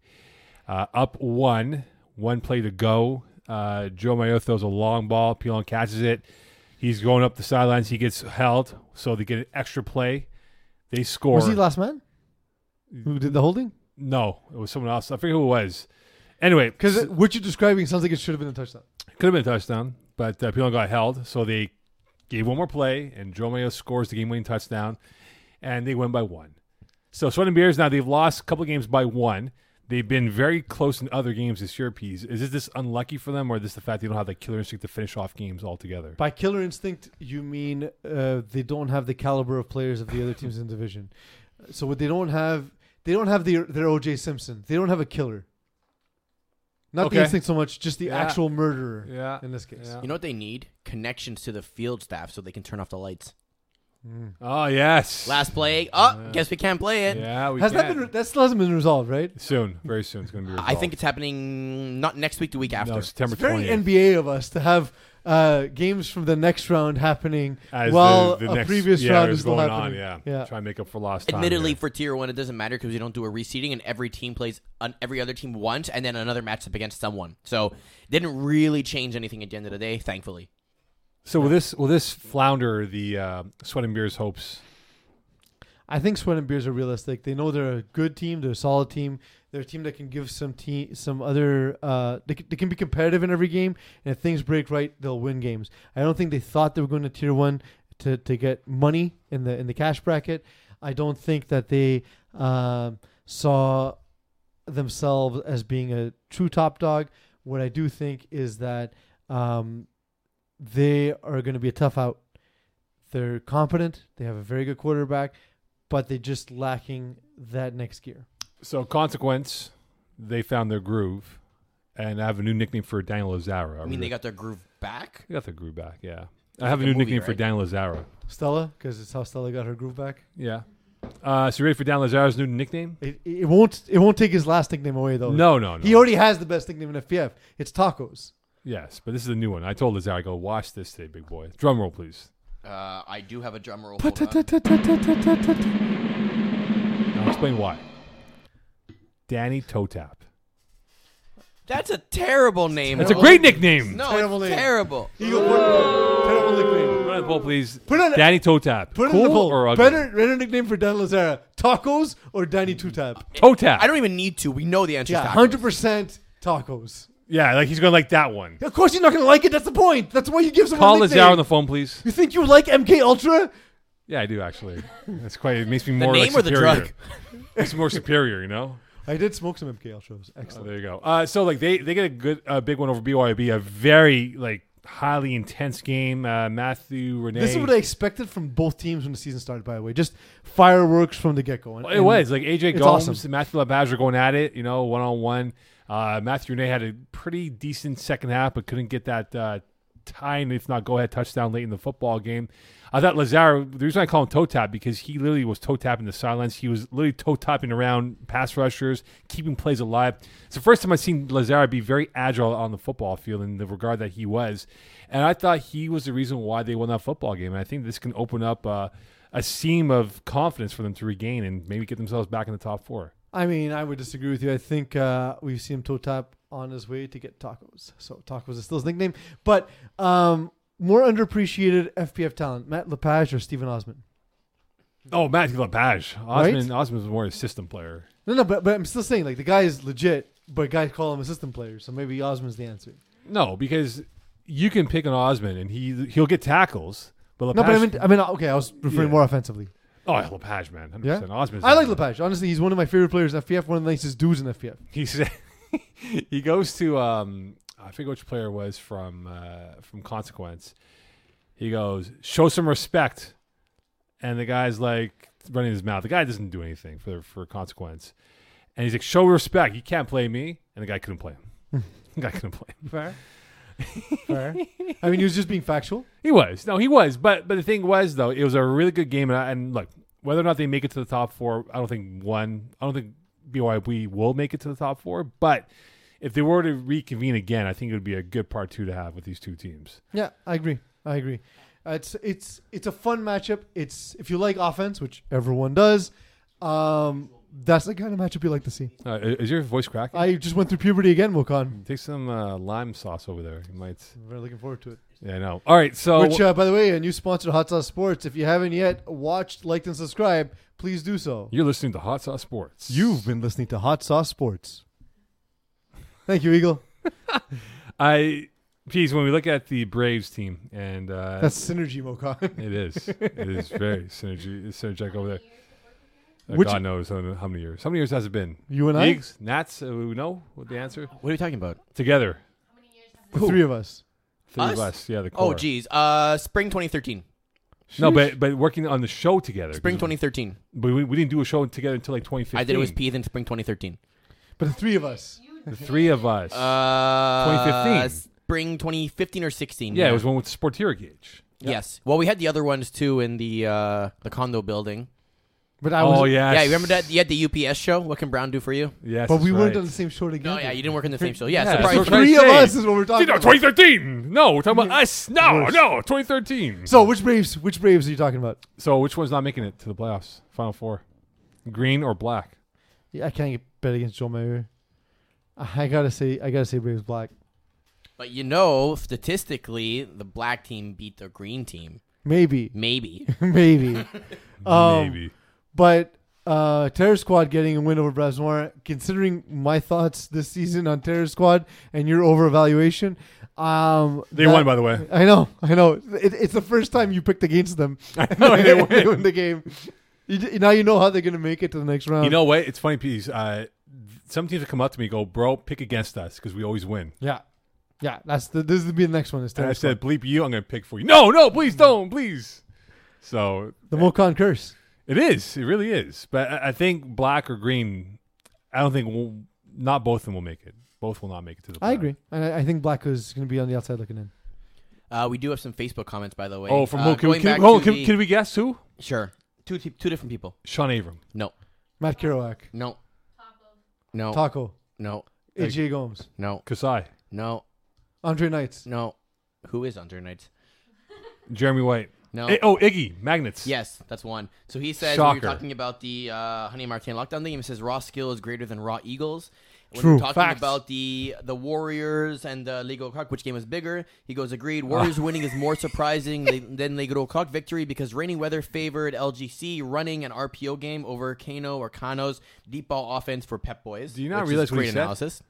Speaker 1: Uh, up one, one play to go. Uh, Joe Mayo throws a long ball. Pilon catches it. He's going up the sidelines. He gets held, so they get an extra play. They score.
Speaker 2: Was he last man? Who did the holding?
Speaker 1: no, it was someone else. I forget who it was. Anyway,
Speaker 2: Because what you're describing sounds like it should have been a touchdown.
Speaker 1: Could have been a touchdown, but uh, Pilon got held, so they gave one more play, and Joe Mayo scores the game-winning touchdown, and they win by one. So Sweat and Bears now they've lost a couple games by one. They've been very close in other games this year. Peas, is this, this unlucky for them, or is this the fact they don't have the killer instinct to finish off games altogether?
Speaker 2: By killer instinct, you mean uh, they don't have the caliber of players of the other teams in the division. So what they don't have, they don't have their their OJ Simpson. They don't have a killer. Not
Speaker 1: Okay.
Speaker 2: the instinct so much, just the
Speaker 1: Yeah.
Speaker 2: actual murderer.
Speaker 1: Yeah,
Speaker 2: In this case,
Speaker 1: Yeah.
Speaker 3: You know what they need? Connections to the field staff so they can turn off the lights.
Speaker 1: Oh yes,
Speaker 3: Last play. Oh, guess we can't play it.
Speaker 1: yeah, we
Speaker 2: has
Speaker 1: can.
Speaker 2: that been that still hasn't been resolved, right?
Speaker 1: soon? Very soon, it's going to be.
Speaker 3: I think
Speaker 1: resolved.
Speaker 3: it's happening not next week, the week after.
Speaker 1: no, September
Speaker 2: It's very
Speaker 1: twentieth.
Speaker 2: NBA of us to have uh, games from the next round happening
Speaker 1: As
Speaker 2: while
Speaker 1: the, the
Speaker 2: a
Speaker 1: next
Speaker 2: previous
Speaker 1: yeah,
Speaker 2: round
Speaker 1: is
Speaker 2: is still
Speaker 1: going on,
Speaker 2: happening.
Speaker 1: yeah.
Speaker 2: yeah.
Speaker 1: Try and make up for lost time.
Speaker 3: Admittedly,
Speaker 1: here.
Speaker 3: for tier one, it doesn't matter because you don't do a reseeding, and every team plays on every other team once, and then another matchup against someone. So didn't really change anything at the end of the day, thankfully.
Speaker 1: So will this will this flounder the uh, sweat and beers hopes?
Speaker 2: I think Sweat and Beers are realistic. They know they're a good team. They're a solid team. They're a team that can give some team some other. Uh, they, c- they can be competitive in every game, and if things break right, they'll win games. I don't think they thought they were going to tier one to, to get money in the in the cash bracket. I don't think that they um, saw themselves as being a true top dog. What I do think is that um, they are going to be a tough out. They're competent. They have a very good quarterback, but they're just lacking that next gear.
Speaker 1: So consequence, they found their groove, and I have a new nickname for Daniel Lazara.
Speaker 3: I mean, they got their groove back.
Speaker 1: they got their groove back. Yeah, I have a
Speaker 3: like
Speaker 1: new
Speaker 3: a movie,
Speaker 1: nickname for
Speaker 3: right?
Speaker 1: Daniel Lazara.
Speaker 2: Stella, because it's how Stella got her groove back.
Speaker 1: Yeah. Uh, so you ready for Daniel Lazara's new nickname?
Speaker 2: It, it won't it won't take his last nickname away though.
Speaker 1: No, no, no.
Speaker 2: he already has the best nickname in FPF. It's tacos.
Speaker 1: yes, but this is a new one. I told Lazara, I go watch this today, big boy. Drum roll, please.
Speaker 3: Uh, I do have a drum roll. Hold on.
Speaker 2: That's
Speaker 1: I'll explain why. Danny Toe Tap.
Speaker 3: That's a terrible name.
Speaker 1: That's a great nickname.
Speaker 3: No,
Speaker 2: Terrible
Speaker 3: it's
Speaker 2: name.
Speaker 3: terrible.
Speaker 2: Terrible nickname.
Speaker 1: Put it on the poll, please.
Speaker 2: Put it on-
Speaker 1: Danny Toe Tap.
Speaker 2: Put it
Speaker 1: cool
Speaker 2: in the poll.
Speaker 1: or ugly?
Speaker 2: Better, better nickname for Dan Lazara: tacos or Danny Two Tap.
Speaker 1: Toe Tap.
Speaker 3: I don't even need to. We know the answer.
Speaker 2: Yeah, hundred percent tacos.
Speaker 1: Yeah, like he's gonna like that one.
Speaker 2: Of course, you're not gonna like it. That's the point. That's why you give someone
Speaker 1: Call
Speaker 2: a nickname.
Speaker 1: Lazar on the phone, please.
Speaker 2: You think you like MK Ultra?
Speaker 1: Yeah, I do actually. That's quite. It makes me
Speaker 3: The
Speaker 1: more
Speaker 3: name
Speaker 1: like,
Speaker 3: or the
Speaker 1: superior.
Speaker 3: drug?
Speaker 1: It's more superior, you know.
Speaker 2: I did smoke some MK Ultra. It was
Speaker 1: So
Speaker 2: excellent.
Speaker 1: there you go. Uh, so like they they get a good a big one over BYOB. A very like highly intense game. Uh, Matthew Renee.
Speaker 2: This is what I expected from both teams when the season started. By the way, just fireworks from the get go.
Speaker 1: It was like AJ
Speaker 2: it's
Speaker 1: Gomes
Speaker 2: awesome.
Speaker 1: and Matthew Labage are going at it. You know, one on one. Uh, Matthew Renee had a pretty decent second half, but couldn't get that. Uh, Tie and if not go ahead touchdown late in the football game. I thought Lazar, the reason I call him toe tap because he literally was toe tapping the silence. He was literally toe tapping around pass rushers, keeping plays alive. It's the first time I've seen Lazar be very agile on the football field in the regard that he was. And I thought he was the reason why they won that football game. And I think this can open up uh, a seam of confidence for them to regain and maybe get themselves back in the top four.
Speaker 2: I mean, I would disagree with you. I think uh, we've seen him toe tap on his way to get tacos. So tacos is still his nickname, but um, more underappreciated FPF talent: Matt Lepage or Steven Osman.
Speaker 1: Oh, Matthew Lapage. Osman, Osman's more a system player.
Speaker 2: No, no, but, but I'm still saying like the guy is legit, but guys call him a system player. So maybe Osman's the answer.
Speaker 1: No, because you can pick on Osman and he, he'll get tackles. But Lapage,
Speaker 2: No, but I mean, I mean, okay, I was referring
Speaker 1: Yeah.
Speaker 2: more offensively.
Speaker 1: Oh, yeah, Lepage, man. 100%.
Speaker 2: Yeah?
Speaker 1: Osman's
Speaker 2: I like
Speaker 1: Lepage.
Speaker 2: Lepage. Honestly, he's one of my favorite players in FPF. One of the nicest dudes in FPF.
Speaker 1: He said he goes to um I forget which player it was from uh, from Consequence. He goes, "Show some respect," and the guy's like running his mouth. The guy doesn't do anything for for Consequence, and he's like, "Show respect. You can't play me." And the guy couldn't play him.
Speaker 2: Hmm.
Speaker 1: the guy couldn't play him.
Speaker 2: Fair. Fair. I mean, he was just being factual.
Speaker 1: He was no, he was. But but the thing was though, it was a really good game, and, I, and look, whether or not they make it to the top four, I don't think one. I don't think BYB will make it to the top four, but. If they were to reconvene again, I think it would be a good part two to have with these two teams.
Speaker 2: Yeah, I agree. I agree. Uh, it's it's it's a fun matchup. It's if you like offense, which everyone does, Um, that's the kind of matchup you like to see.
Speaker 1: Uh, i- is your voice cracking?
Speaker 2: I just went through puberty again, Wokan.
Speaker 1: Take some uh, lime sauce over there. You might.
Speaker 2: We're looking forward to it.
Speaker 1: Yeah, I know. All right, so
Speaker 2: Which, uh, by the way, a new sponsor, to Hot Sauce Sports. If you haven't yet watched, liked, and subscribed, please do so.
Speaker 1: you're listening to Hot Sauce Sports.
Speaker 2: You've been listening to Hot Sauce Sports. Thank you, Eagle.
Speaker 1: I. Geez, when we look at the Braves team, and uh,
Speaker 2: That's synergy, Mokan.
Speaker 1: it is, it is very synergy synergetic over there. Uh,
Speaker 2: Which-
Speaker 1: God knows how how many years. How many years has it been?
Speaker 2: You and I?
Speaker 1: Eagles, Nats. Uh, we know what the answer.
Speaker 3: What are you talking about?
Speaker 1: Together,
Speaker 2: The three of us.
Speaker 1: three
Speaker 3: Us?
Speaker 1: of us. Yeah, the core.
Speaker 3: Oh, geez. Uh, spring 2013.
Speaker 1: No, but but working on the show together.
Speaker 3: Spring
Speaker 1: 'cause
Speaker 3: 2013.
Speaker 1: But we, we didn't do a show together until like 2015.
Speaker 3: I did it with Pete in spring 2013.
Speaker 2: But the three of us.
Speaker 1: The three of us.
Speaker 3: Uh,
Speaker 1: 2015.
Speaker 3: Spring 2015 or 16.
Speaker 1: yeah, it was one with Sportier Gauge.
Speaker 3: Yes. Well, we had the other ones too in the uh, the condo building.
Speaker 2: But I
Speaker 1: oh
Speaker 2: was.
Speaker 1: yes.
Speaker 3: Yeah, you remember that? You had the UPS show. What can Brown do for you?
Speaker 1: Yes.
Speaker 2: But we
Speaker 1: that's
Speaker 2: weren't
Speaker 1: right.
Speaker 2: on the same show together.
Speaker 3: No, yeah, you didn't work in the same show. Yeah,
Speaker 1: Yeah,
Speaker 3: so
Speaker 1: that's
Speaker 3: probably
Speaker 1: what I'm
Speaker 2: Three of
Speaker 1: saying.
Speaker 2: us is what we're talking
Speaker 1: No,
Speaker 2: about.
Speaker 1: 2013. No, we're talking about us. No,
Speaker 2: Worse.
Speaker 1: no, 2013.
Speaker 2: So which Braves? Which Braves are you talking about?
Speaker 1: so which one's not making it to the playoffs? Final four, green or black?
Speaker 2: Yeah, I can't get bet against Joe Mayer. I I gotta say, I gotta say, Braves black.
Speaker 3: But you know, statistically, the black team beat the green team.
Speaker 2: Maybe,
Speaker 3: Maybe.
Speaker 2: maybe. Um,
Speaker 1: Maybe.
Speaker 2: But uh, Terror Squad getting a win over Brasnoir, considering my thoughts this season on Terror Squad and your overvaluation. Um,
Speaker 1: They
Speaker 2: that-
Speaker 1: won, by the way.
Speaker 2: I know, I know. It, it's the first time you picked against them.
Speaker 1: know, they
Speaker 2: They win the game. You, d- now you know how they're gonna make it to the next round.
Speaker 1: You know what? It's funny, piece. Uh, some teams will come up to me, and go, bro, pick against us because we always win.
Speaker 2: yeah, yeah. That's the, this would be the next one. Is
Speaker 1: And
Speaker 2: Terror
Speaker 1: I
Speaker 2: Squad.
Speaker 1: said, bleep you, I'm going to pick for you. No, no, please don't, please. So
Speaker 2: the Mokon curse.
Speaker 1: It is. It really is. But I I think black or green. I don't think will not both of them will make it. Both will not make it to the.
Speaker 2: I
Speaker 1: playoff.
Speaker 2: agree, and I, I think Black is going to be on the outside looking in.
Speaker 3: Uh, we do have some Facebook comments, by the way.
Speaker 1: Oh, from
Speaker 3: uh,
Speaker 1: who? Can, we-
Speaker 3: going
Speaker 1: can,
Speaker 3: back
Speaker 1: we- hold on,
Speaker 3: to
Speaker 1: can,
Speaker 3: the-
Speaker 1: can we guess who?
Speaker 3: Sure. Two t- two different people.
Speaker 1: Sean Avram.
Speaker 3: No.
Speaker 2: Matt Kerouac,
Speaker 3: No. No.
Speaker 2: Taco,
Speaker 3: No.
Speaker 2: AJ Gomes,
Speaker 3: No.
Speaker 1: Kasai.
Speaker 3: No.
Speaker 2: Andre Knights,
Speaker 1: Mm.
Speaker 3: No. Who is Under Knights?
Speaker 1: Jeremy White.
Speaker 3: No.
Speaker 1: Eh, oh, Iggy. Magnets.
Speaker 3: Yes, that's one. So he says when we
Speaker 1: Shocker.
Speaker 3: were talking about the uh, Honey Martin lockdown thing. He says raw skill is greater than raw eagles. When we
Speaker 2: True.
Speaker 3: were talking
Speaker 2: Facts.
Speaker 3: about the the Warriors and the League of Cock, which game is bigger? He goes, agreed. Warriors
Speaker 1: Ah.
Speaker 3: winning is more surprising li- than League of Cock victory because rainy weather favored LGC running an RPO game over Kano or Kano's deep ball offense for Pep Boys.
Speaker 1: Do you not
Speaker 3: which is
Speaker 1: realize what he
Speaker 3: great
Speaker 1: said?
Speaker 3: analysis?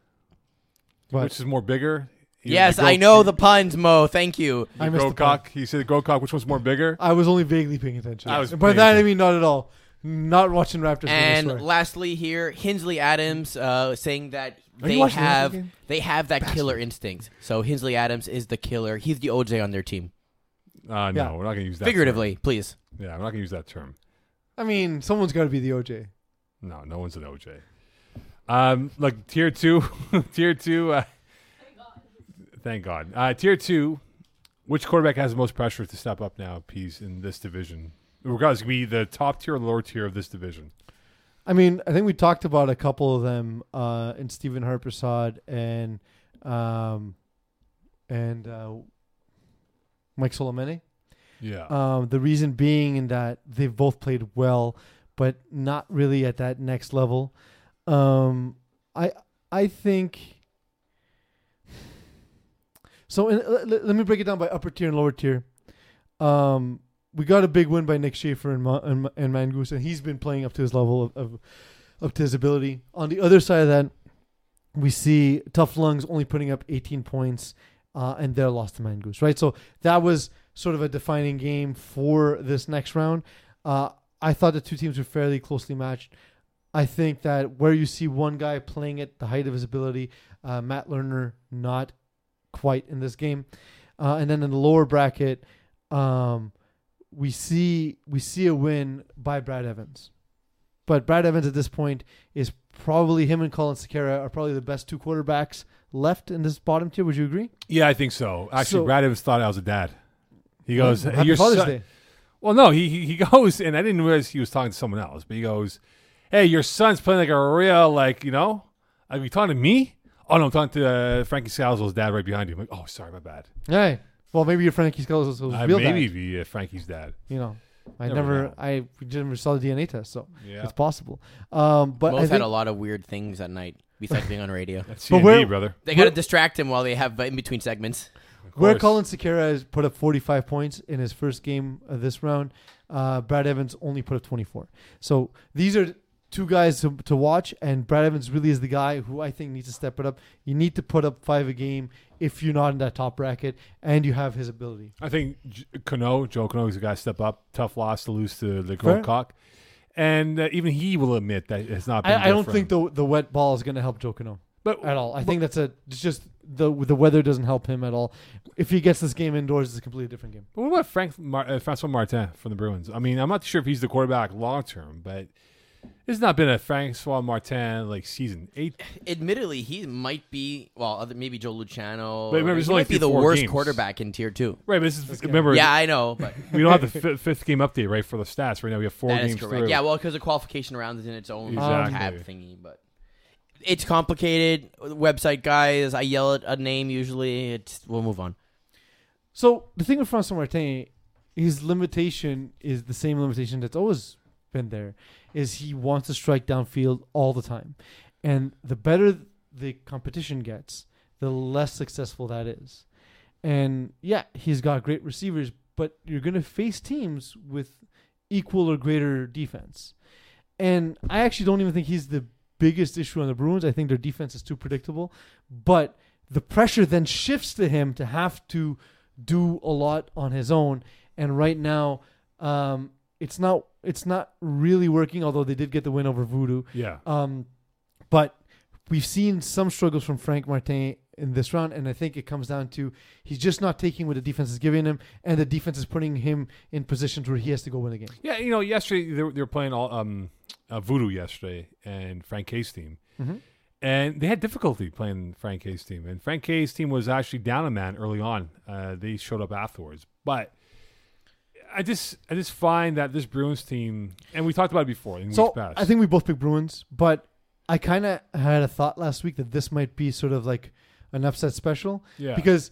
Speaker 2: But
Speaker 1: Which is more bigger? You-
Speaker 3: Yes,
Speaker 1: the Gro-
Speaker 3: I know the puns, Mo. Thank you.
Speaker 2: I missed the
Speaker 1: Grocock. He said Grocock. Which one's more bigger?
Speaker 2: I was only vaguely paying attention.
Speaker 1: I was
Speaker 2: by
Speaker 1: paying
Speaker 2: that I
Speaker 1: attention.
Speaker 2: mean not at all. Not watching Raptors.
Speaker 3: And
Speaker 2: game, I swear.
Speaker 3: lastly, here Hinsley Adams uh, saying that
Speaker 1: Are you
Speaker 3: they
Speaker 1: watching the
Speaker 3: have
Speaker 1: Raptors game?
Speaker 3: they have that killer instinct. So Hinsley Adams is the killer. He's the OJ on their team,
Speaker 1: Uh, no,
Speaker 2: Yeah.
Speaker 1: we're not going to use that.
Speaker 3: figuratively, please.
Speaker 1: term. Yeah, we're not going to use that term.
Speaker 2: I mean, someone's got to be the OJ.
Speaker 1: No, no one's an OJ. Um, look, tier two, tier two. Uh, thank God. Uh, tier two. Which quarterback has the most pressure to step up now, Pease, in this division? Regardless, it could be the top tier or lower tier of this
Speaker 2: Uh,
Speaker 1: division.
Speaker 2: I mean, I think we talked about a couple of them uh, in Stephen Harpersod and um, and uh, Mike Solomene.
Speaker 1: Yeah.
Speaker 2: Um, the reason being in that they've both played well, but not really at that next level. Um, I I think. So in, let, let me break it down by upper tier and lower tier. Um, we got a big win by Nick Schaefer and, Ma- and, Ma- and Mangoose, and he's been playing up to his level of, of up to his ability. On the other side of that, we see Tough Lungs only putting up 18 points, uh, and they're lost to Mangoose, right? So that was sort of a defining game for this next round. Uh, I thought the two teams were fairly closely matched. I think that where you see one guy playing at the height of his ability, uh, Matt Lerner not quite in this game, uh, and then in the lower bracket, um, we see we see a win by Brad Evans, but Brad Evans at this point is probably him and Colin Sakara are probably the best two quarterbacks left in this bottom tier. Would you agree?
Speaker 1: yeah, I think so. Actually,
Speaker 2: So-
Speaker 1: Brad Evans thought I was a dad. He goes,
Speaker 2: Happy
Speaker 1: "Your
Speaker 2: Father's
Speaker 1: son-
Speaker 2: Day.
Speaker 1: Well, no, he he he goes, and I didn't realize he was talking to someone else. But he goes, "Hey, your son's playing like a real like you know." Are you talking to me? Oh no, I'm talking to uh, Frankie Salzo's dad right behind you. I'm like, oh, sorry, my bad.
Speaker 2: All right. Well, maybe your friend Keith Skelos was
Speaker 1: Uh,
Speaker 2: real
Speaker 1: maybe
Speaker 2: dad,
Speaker 1: be uh, Frankie's dad.
Speaker 2: you know. I
Speaker 1: Never
Speaker 2: never,
Speaker 1: know.
Speaker 2: I we never saw the DNA test, so
Speaker 1: Yeah.
Speaker 2: it's possible. Um, but
Speaker 3: Mo's
Speaker 2: I
Speaker 3: had
Speaker 2: think,
Speaker 3: a lot of weird things at night besides being on radio.
Speaker 1: That's
Speaker 2: But
Speaker 1: CND,
Speaker 2: where-
Speaker 1: brother.
Speaker 3: They gotta distract him while they have uh, in between segments.
Speaker 1: Of
Speaker 2: where
Speaker 1: course.
Speaker 2: Colin Sakara has put up 45 points in his first game of this round, uh, Brad Evans only put up 24. So these are two guys to, to watch, and Brad Evans really is the guy who I think needs to step it up. You need to put up five a game if you're not in that top bracket, and you have his ability.
Speaker 1: I think J- Cano, Joe Cano, is a guy to step up. Tough loss to lose to the
Speaker 2: Fair.
Speaker 1: Cock. And uh, even he will admit that it's not been
Speaker 2: I, I
Speaker 1: good
Speaker 2: don't
Speaker 1: for
Speaker 2: think
Speaker 1: him.
Speaker 2: the the wet ball is going to help Joe Cano
Speaker 1: But
Speaker 2: at all. I think that's a it's just the the weather doesn't help him at all. If he gets this game indoors, it's a completely different game.
Speaker 1: But what about Frank Mar- uh, Francois Martin from the Bruins? I mean, I'm not sure if he's the quarterback long term, but it's not been a Francois Martin like season eight.
Speaker 3: Admittedly, he might be well, other, maybe Joe Luciano.
Speaker 1: But remember,
Speaker 3: he
Speaker 1: it's
Speaker 3: might
Speaker 1: only
Speaker 3: be the
Speaker 1: four
Speaker 3: worst
Speaker 1: games.
Speaker 3: quarterback in tier two.
Speaker 1: Right, but this is remember.
Speaker 3: Yeah, I know, but
Speaker 1: we don't have the f- fifth game update right for the stats right now. We have four
Speaker 3: that is
Speaker 1: games
Speaker 3: correct.
Speaker 1: through.
Speaker 3: Yeah, well, because the qualification round is in its own
Speaker 1: Exactly.
Speaker 3: tab thingy, but it's complicated. Website guys, I yell at a name usually. It's we'll move on.
Speaker 2: So the thing with Francois Martin, his limitation is the same limitation that's always been there, is he wants to strike downfield all the time, and the better the competition gets, the less successful that is. And yeah, he's got great receivers, but you're gonna face teams with equal or greater defense. And I actually don't even think he's the biggest issue on the Bruins. I think their defense is too predictable. But the pressure then shifts to him to have to do a lot on his own. And right now, um, it's not it's not really working. Although they did get the win over Voodoo,
Speaker 1: yeah.
Speaker 2: um, but we've seen some struggles from Frank Martin in this round, and I think it comes down to he's just not taking what the defense is giving him, and the defense is putting him in positions where he has to go win a game.
Speaker 1: Yeah, you know, yesterday they were, they were playing all um, uh, Voodoo yesterday and Frank K's team, and they had difficulty playing Frank K's team. And Frank K's team was actually down a man early on. Uh, they showed up afterwards, but I just I just find that this Bruins team, and we talked about it before in
Speaker 2: So
Speaker 1: weeks past.
Speaker 2: I think we both picked Bruins, but I kind of had a thought last week that this might be sort of like an upset special.
Speaker 1: Yeah.
Speaker 2: Because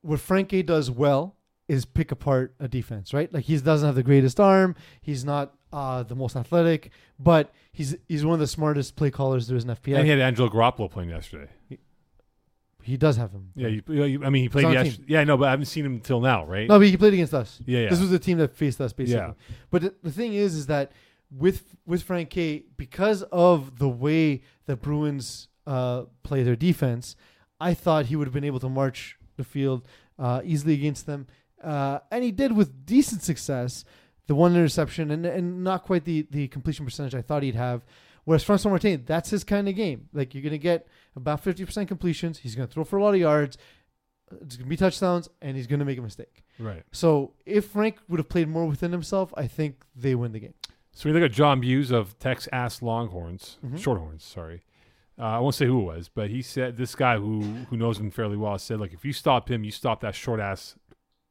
Speaker 2: what Frank A does well is pick apart a defense, right? Like he doesn't have the greatest arm. He's not uh, the most athletic, but he's he's one of the smartest play callers there is in FPL.
Speaker 1: and he had Angelo Garoppolo playing yesterday.
Speaker 2: he does have him.
Speaker 1: Yeah, you, you- you- I mean, he played
Speaker 2: on the
Speaker 1: yesterday. Yeah, I know, but I haven't seen him until now, right?
Speaker 2: No, but he played against us.
Speaker 1: Yeah, yeah.
Speaker 2: This was the team that faced us basically.
Speaker 1: Yeah.
Speaker 2: But th- the thing is, is that with with Frank K, because of the way the Bruins uh, play their defense, I thought he would have been able to march the field uh, easily against them, uh, and he did with decent success. The one interception and and not quite the the completion percentage I thought he'd have. Whereas Francois Martin, that's his kind of game. Like you're gonna get about fifty percent completions. He's gonna throw for a lot of yards. It's gonna be touchdowns, and he's gonna make a mistake.
Speaker 1: Right.
Speaker 2: So if Frank would have played more within himself, I think they win the game.
Speaker 1: So we look at John Buse of Tex Ass Longhorns,
Speaker 3: Mm-hmm.
Speaker 1: Shorthorns, sorry. Uh, I won't say who it was, but he said this guy who who knows him fairly well said, like, if you stop him, you stop that short ass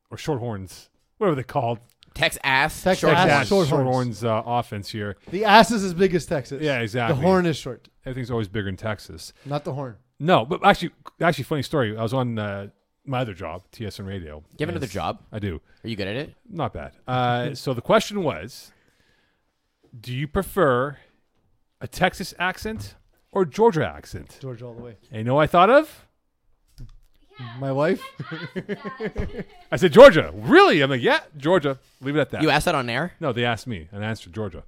Speaker 1: or shorthorns, whatever they're called,
Speaker 3: Tex ass.
Speaker 2: Tex
Speaker 3: short
Speaker 2: ass.
Speaker 3: horn.
Speaker 1: Ass
Speaker 2: Shorthorns.
Speaker 1: shorthorns uh, offense here.
Speaker 2: The ass is as big as Texas.
Speaker 1: Yeah, exactly.
Speaker 2: The horn is short,
Speaker 1: Everything's always bigger in Texas.
Speaker 2: not the horn.
Speaker 1: No, but actually, actually, funny story. I was on uh, my other job, TSN Radio.
Speaker 3: You have another
Speaker 1: Yes,
Speaker 3: job?
Speaker 1: I do.
Speaker 3: Are you good at it?
Speaker 1: Not bad. Uh, so the question was, do you prefer a Texas accent or Georgia accent?
Speaker 2: George all the way.
Speaker 1: And you know what I thought of?
Speaker 2: My wife.
Speaker 1: I said Georgia. Really? I'm like, yeah, Georgia. Leave it at that.
Speaker 3: You asked that on air.
Speaker 1: no, they asked me, and I answered Georgia.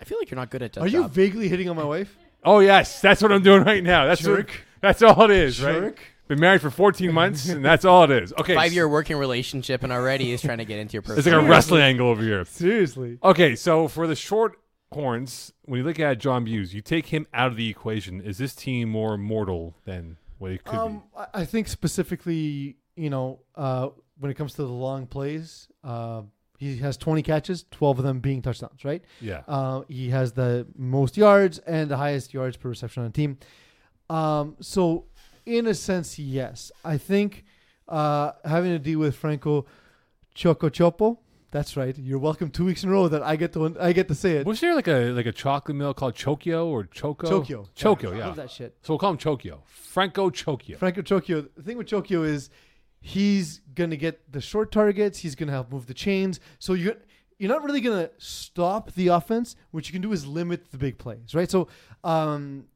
Speaker 3: I feel like you're not good at that.
Speaker 2: Are you
Speaker 3: job.
Speaker 2: vaguely hitting on my wife?
Speaker 1: Oh yes, that's what I'm doing right now. That's what-
Speaker 2: Jerk.
Speaker 1: that's all it is, right?
Speaker 2: Jerk.
Speaker 1: Been married for 14 months, and that's all it is. Okay,
Speaker 3: five year working relationship and already is trying to get into your
Speaker 1: It's like a
Speaker 3: personal?
Speaker 1: wrestling angle over here.
Speaker 2: Seriously.
Speaker 1: Okay, so for the short horns, when you look at John Buse, you take him out of the equation. Is this team more mortal than what it could
Speaker 2: Um, I- I think specifically, you know, uh, when it comes to the long plays, uh, he has 20 catches, 12 of them being touchdowns, right?
Speaker 1: be? Yeah.
Speaker 2: Uh, he has the most yards and the highest yards per reception on the team. Um, so, in a sense, yes. I think uh, having to deal with Franco Choco Chopo. That's right. You're welcome. Two weeks in a row that I get to I get to say it.
Speaker 1: Was there like a like a chocolate mill called Chokio or Choco?
Speaker 2: Chokyo.
Speaker 1: Chokyo,
Speaker 2: I
Speaker 1: yeah.
Speaker 2: Love that shit.
Speaker 1: So we'll call him Chokyo. Franco Chokyo.
Speaker 2: Franco Chokyo. The thing with Chokyo is he's gonna get the short targets. He's gonna help move the chains. So you you're not really gonna stop the offense. What you can do is limit the big plays, right? So um,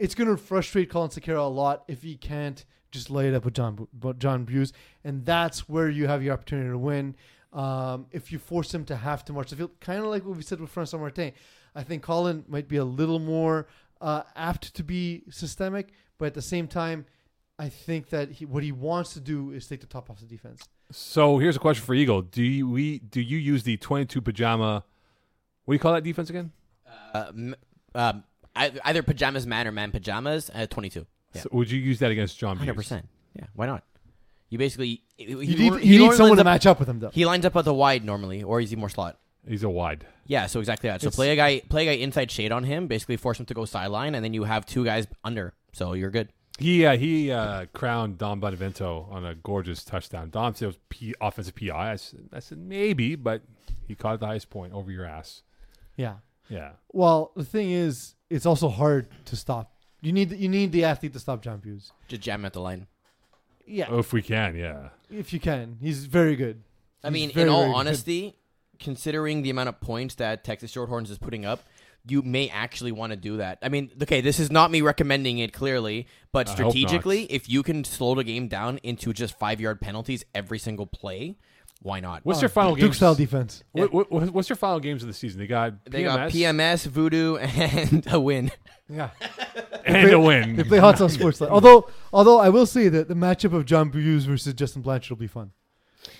Speaker 2: it's gonna frustrate Colin Sakara a lot if he can't just lay it up with John Bu- Bu- John Buse, and that's where you have your opportunity to win. Um, if you force him to have to march the field, kind of like what we said with François Martin, I think Colin might be a little more uh, apt to be systemic, but at the same time, I think that he, what he wants to do is take the top off the defense.
Speaker 1: So here's a question for Eagle: Do you, we do you use the 22 pajama? What do you call that defense again?
Speaker 3: Uh, m- um, I, either pajamas man or man pajamas. Uh, Twenty two. Yeah.
Speaker 1: So would you use that against John?
Speaker 3: Hundred
Speaker 1: Buse?
Speaker 3: percent. Yeah. Why not? You basically you
Speaker 2: You need, you need someone to match up with him, though.
Speaker 3: He lines up at the wide normally, or is he more slot?
Speaker 1: He's a wide.
Speaker 3: Yeah, so exactly that. So
Speaker 2: It's-
Speaker 3: play a guy, play a guy inside shade on him, basically force him to go sideline, and then you have two guys under. So you're good.
Speaker 1: He uh, he uh, crowned Don Bonavento on a gorgeous touchdown. Dom said it was P- offensive PI. I said, I said maybe, but he caught at the highest point over your ass.
Speaker 2: Yeah.
Speaker 1: Yeah.
Speaker 2: Well, the thing is, it's also hard to stop. You need you need the athlete to stop John Buse.
Speaker 3: Just jam at the line.
Speaker 2: Yeah,
Speaker 1: If we can, yeah.
Speaker 2: if you can, he's very good.
Speaker 3: I
Speaker 2: He's
Speaker 3: mean,
Speaker 2: very,
Speaker 3: in all
Speaker 2: very good.
Speaker 3: honesty, considering the amount of points that Texas Shorthorns is putting up, you may actually want to do that. I mean, okay, this is not me recommending it clearly, but
Speaker 1: I hope not.
Speaker 3: strategically, if you can slow the game down into just five yard penalties every single play, why not?
Speaker 1: What's your final game?
Speaker 2: Duke style defense.
Speaker 1: What, what- what's your final games of the season? They got PMS
Speaker 3: They got PMS, Voodoo, and a win.
Speaker 2: Yeah.
Speaker 1: and a win.
Speaker 2: They play hot sauce sports. Line. Although, although I will say that the matchup of John Buse versus Justin Blanchard will be fun.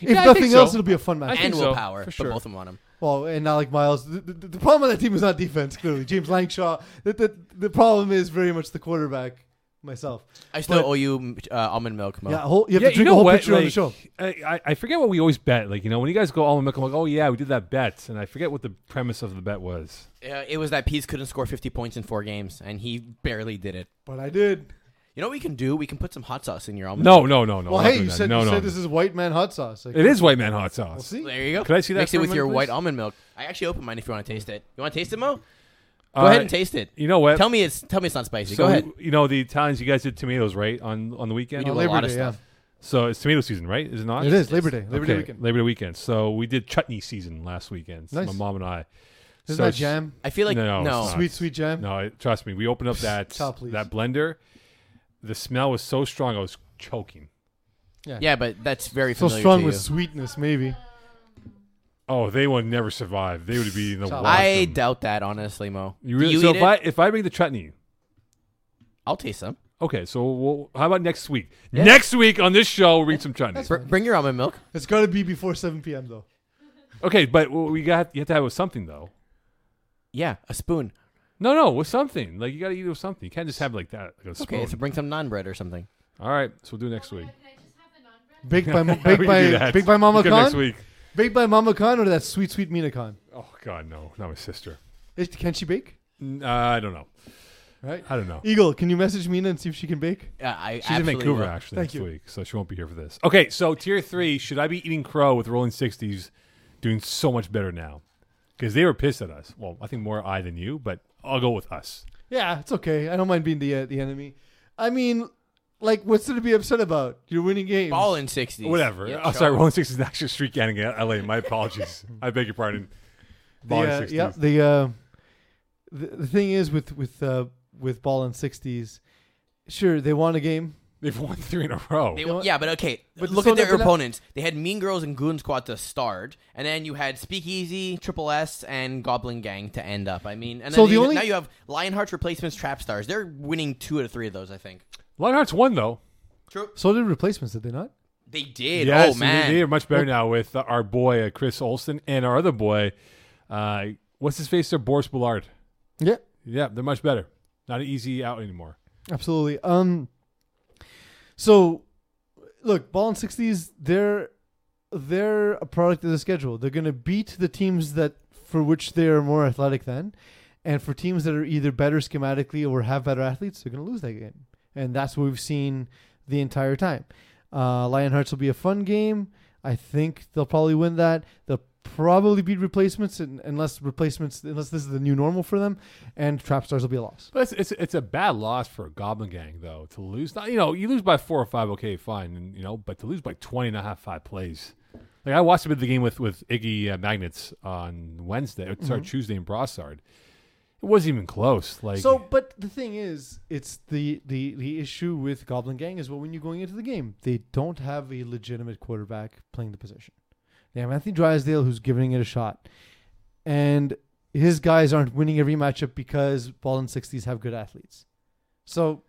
Speaker 2: If
Speaker 1: I think
Speaker 2: nothing else,
Speaker 1: so.
Speaker 2: it'll be a fun match.
Speaker 1: think
Speaker 3: And
Speaker 1: so,
Speaker 3: willpower,
Speaker 1: for
Speaker 3: but
Speaker 1: sure.
Speaker 3: both of them on him.
Speaker 2: Well, and Alec Miles. The, the, the problem with that team is not defense. Clearly, James Langshaw. The, the, the problem is very much the quarterback. Myself.
Speaker 3: I still
Speaker 2: But-
Speaker 3: owe you uh, almond milk, Mo.
Speaker 2: Yeah, whole, you have
Speaker 1: yeah,
Speaker 2: to drink
Speaker 1: you know
Speaker 2: a whole
Speaker 1: what?
Speaker 2: picture
Speaker 1: like,
Speaker 2: on the show.
Speaker 1: I, I- I forget what we always bet. Like, you know, when you guys go all in milk, I'm like, oh, yeah, we did that bet. And I forget what the premise of the bet was.
Speaker 3: Uh, it was that Pease couldn't score 50 points in four games, and he barely did it.
Speaker 2: But I did.
Speaker 3: You know what we can do? We can put some hot sauce in your almond.
Speaker 1: No, no, no, no.
Speaker 2: Well,
Speaker 1: I'm not
Speaker 2: hey,
Speaker 1: doing
Speaker 2: you
Speaker 1: Oh, that.
Speaker 2: said
Speaker 1: no,
Speaker 2: you
Speaker 1: no.
Speaker 2: said this is white man hot sauce. Like,
Speaker 1: it is white man hot sauce.
Speaker 2: We'll see.
Speaker 3: There you go.
Speaker 1: Can I see that
Speaker 3: Mix
Speaker 1: for
Speaker 3: it
Speaker 1: a
Speaker 3: with
Speaker 1: minute,
Speaker 3: your
Speaker 1: please?
Speaker 3: white almond milk. I actually open mine if you want to taste it. You want to taste it, Mo? Go
Speaker 1: All
Speaker 3: ahead
Speaker 1: right.
Speaker 3: and taste it.
Speaker 1: You know what?
Speaker 3: Tell me it's tell me it's not spicy.
Speaker 1: Uh, so,
Speaker 3: Go ahead.
Speaker 1: you know, the Italians, you guys did tomatoes, right? On on the weekend?
Speaker 3: We do
Speaker 2: On
Speaker 3: a
Speaker 2: Labor
Speaker 3: lot of
Speaker 2: Day, yeah.
Speaker 3: stuff.
Speaker 1: So it's tomato season, right? Is it not?
Speaker 2: It is Labor Day. Labor Day
Speaker 1: Okay,
Speaker 2: weekend.
Speaker 1: Labor Day weekend. So we did chutney season last weekend. So
Speaker 2: Nice.
Speaker 1: My mom and I. So
Speaker 2: Isn't that
Speaker 1: it's-
Speaker 2: jam?
Speaker 3: I feel like
Speaker 1: No,
Speaker 3: no.
Speaker 1: it's not.
Speaker 2: Sweet, sweet jam.
Speaker 1: No, I, trust me. We opened up that
Speaker 2: Child, please.
Speaker 1: that blender. The smell was so strong, I was choking.
Speaker 3: Yeah, but that's very
Speaker 2: so
Speaker 3: familiar
Speaker 2: strong
Speaker 3: to
Speaker 2: with
Speaker 3: you.
Speaker 2: sweetness, maybe.
Speaker 1: Oh, they would never survive. They would be in the
Speaker 2: Child.
Speaker 1: washroom.
Speaker 3: I doubt that, honestly, Mo.
Speaker 1: you really,
Speaker 3: Do you
Speaker 1: so
Speaker 3: eat
Speaker 1: if
Speaker 3: it?
Speaker 1: I if I make the chutney,
Speaker 3: I'll taste some.
Speaker 1: okay. So we'll, how about next week? Next week on this show, we'll read some chutney.
Speaker 3: Br- bring your almond milk.
Speaker 2: It's got to be before 7 p.m. though.
Speaker 1: Okay, but what we got you have to have it with something though.
Speaker 3: Yeah, a spoon.
Speaker 1: No, no, with something. Like you got to eat it with something. You can't just have it like that. Like a
Speaker 3: Okay,
Speaker 1: spoon.
Speaker 3: so bring some non bread or something.
Speaker 1: All right, so we'll do it next week.
Speaker 4: Can I just have the non-bread?
Speaker 2: Baked by
Speaker 1: We can
Speaker 2: baked
Speaker 1: do
Speaker 2: by
Speaker 1: that.
Speaker 2: baked by
Speaker 1: We
Speaker 2: Mama
Speaker 1: can next
Speaker 2: Khan.
Speaker 1: week.
Speaker 2: Baked by Mama Khan or that sweet sweet Mina Khan.
Speaker 1: Oh God, no, not my sister.
Speaker 2: Is- Can she bake?
Speaker 1: N- uh, I don't know.
Speaker 2: Right.
Speaker 1: I don't know.
Speaker 2: Eagle, can you message Mina and see if she can bake?
Speaker 3: Uh, I
Speaker 1: She's in
Speaker 3: absolutely
Speaker 1: Vancouver
Speaker 3: will.
Speaker 1: actually
Speaker 2: Thank
Speaker 1: next
Speaker 2: you.
Speaker 1: week, so she won't be here for this. Okay, so tier three, should I be eating crow with Rolling Sixties? Doing so much better now because they were pissed at us. Well, I think more I than you, but I'll go with us.
Speaker 2: Yeah, it's okay. I don't mind being the uh, the enemy. I mean, like, what's there to be upset about? You're winning games.
Speaker 3: Ball in 60s.
Speaker 1: Whatever.
Speaker 3: Yeah,
Speaker 1: oh,
Speaker 3: sure.
Speaker 1: sorry, Rolling Sixties is actually street canning at LA. My apologies. I beg your pardon.
Speaker 2: The,
Speaker 1: Ball in
Speaker 2: uh,
Speaker 1: 60s.
Speaker 2: yeah. The, uh, the the thing is with with uh, with ball and sixties. Sure, they won a game.
Speaker 1: They've won three in a row.
Speaker 3: They,
Speaker 2: You know what?
Speaker 3: yeah, but okay.
Speaker 2: But
Speaker 3: look
Speaker 2: so
Speaker 3: at their
Speaker 2: they're not-
Speaker 3: opponents. They had Mean Girls and Goon Squad to start, and then you had Speakeasy, Triple S, and Goblin Gang to end up. I mean, and then
Speaker 2: So the
Speaker 3: you-
Speaker 2: only-
Speaker 3: now you have Lionheart's replacements, Trap Stars. They're winning two out of three of those, I think.
Speaker 1: Lionheart's won though.
Speaker 3: True.
Speaker 2: So did replacements, did they not?
Speaker 3: They did.
Speaker 1: Yes,
Speaker 3: oh
Speaker 1: they-
Speaker 3: man.
Speaker 1: they are much better now with uh, our boy uh, Chris Olsen and our other boy, uh, what's his face? Sir Boris Ballard.
Speaker 2: Yeah,
Speaker 1: Yeah, they're much better. Not an easy out anymore.
Speaker 2: absolutely. Um, so look, ball and sixties, they're they're a product of the schedule. They're gonna beat the teams that for which they are more athletic than, and for teams that are either better schematically or have better athletes, they're gonna lose that game, and that's what we've seen the entire time. Uh, Lionhearts will be a fun game. I think they'll probably win that. The probably beat replacements, and, unless replacements, unless this is the new normal for them, and trap stars will be a loss.
Speaker 1: But it's, it's it's a bad loss for a Goblin Gang though to lose. Not, you know, you lose by four or five, okay, fine, and, you know, but to lose by 20 and a half, five plays. Like I watched a bit of the game with with Iggy uh, Magnets on Wednesday, or
Speaker 3: Mm-hmm.
Speaker 1: sorry, Tuesday in Brossard. It wasn't even close. Like
Speaker 2: So, but the thing is, it's the the the issue with Goblin Gang is well, when you're going into the game, they don't have a legitimate quarterback playing the position. They have Anthony Drysdale who's giving it a shot, and his guys aren't winning every matchup because Ball and Sixties have good athletes. So.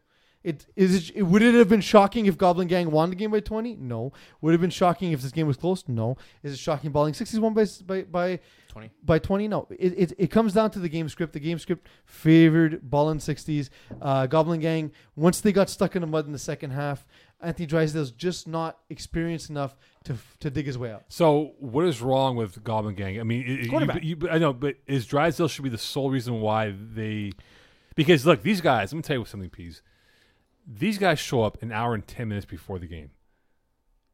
Speaker 2: It, is it, it would it have been shocking if Goblin Gang won the game by twenty? No. Would it have been shocking if this game was close? No. Is it shocking? Balling sixties won by s- by by
Speaker 3: 20.
Speaker 2: by 20 no it, it, it comes down to the game script the game script favored ball in 60s uh, goblin gang once they got stuck in the mud in the second half anthony drysdale's just not experienced enough to to dig his way out
Speaker 1: So what is wrong with Goblin Gang? I mean, it- it- you-
Speaker 2: Quarterback.
Speaker 1: you- I know, but is Drysdale should be the sole reason why they? Because look, these guys. Let me tell you something, Pease. These guys show up an hour and ten minutes before the game,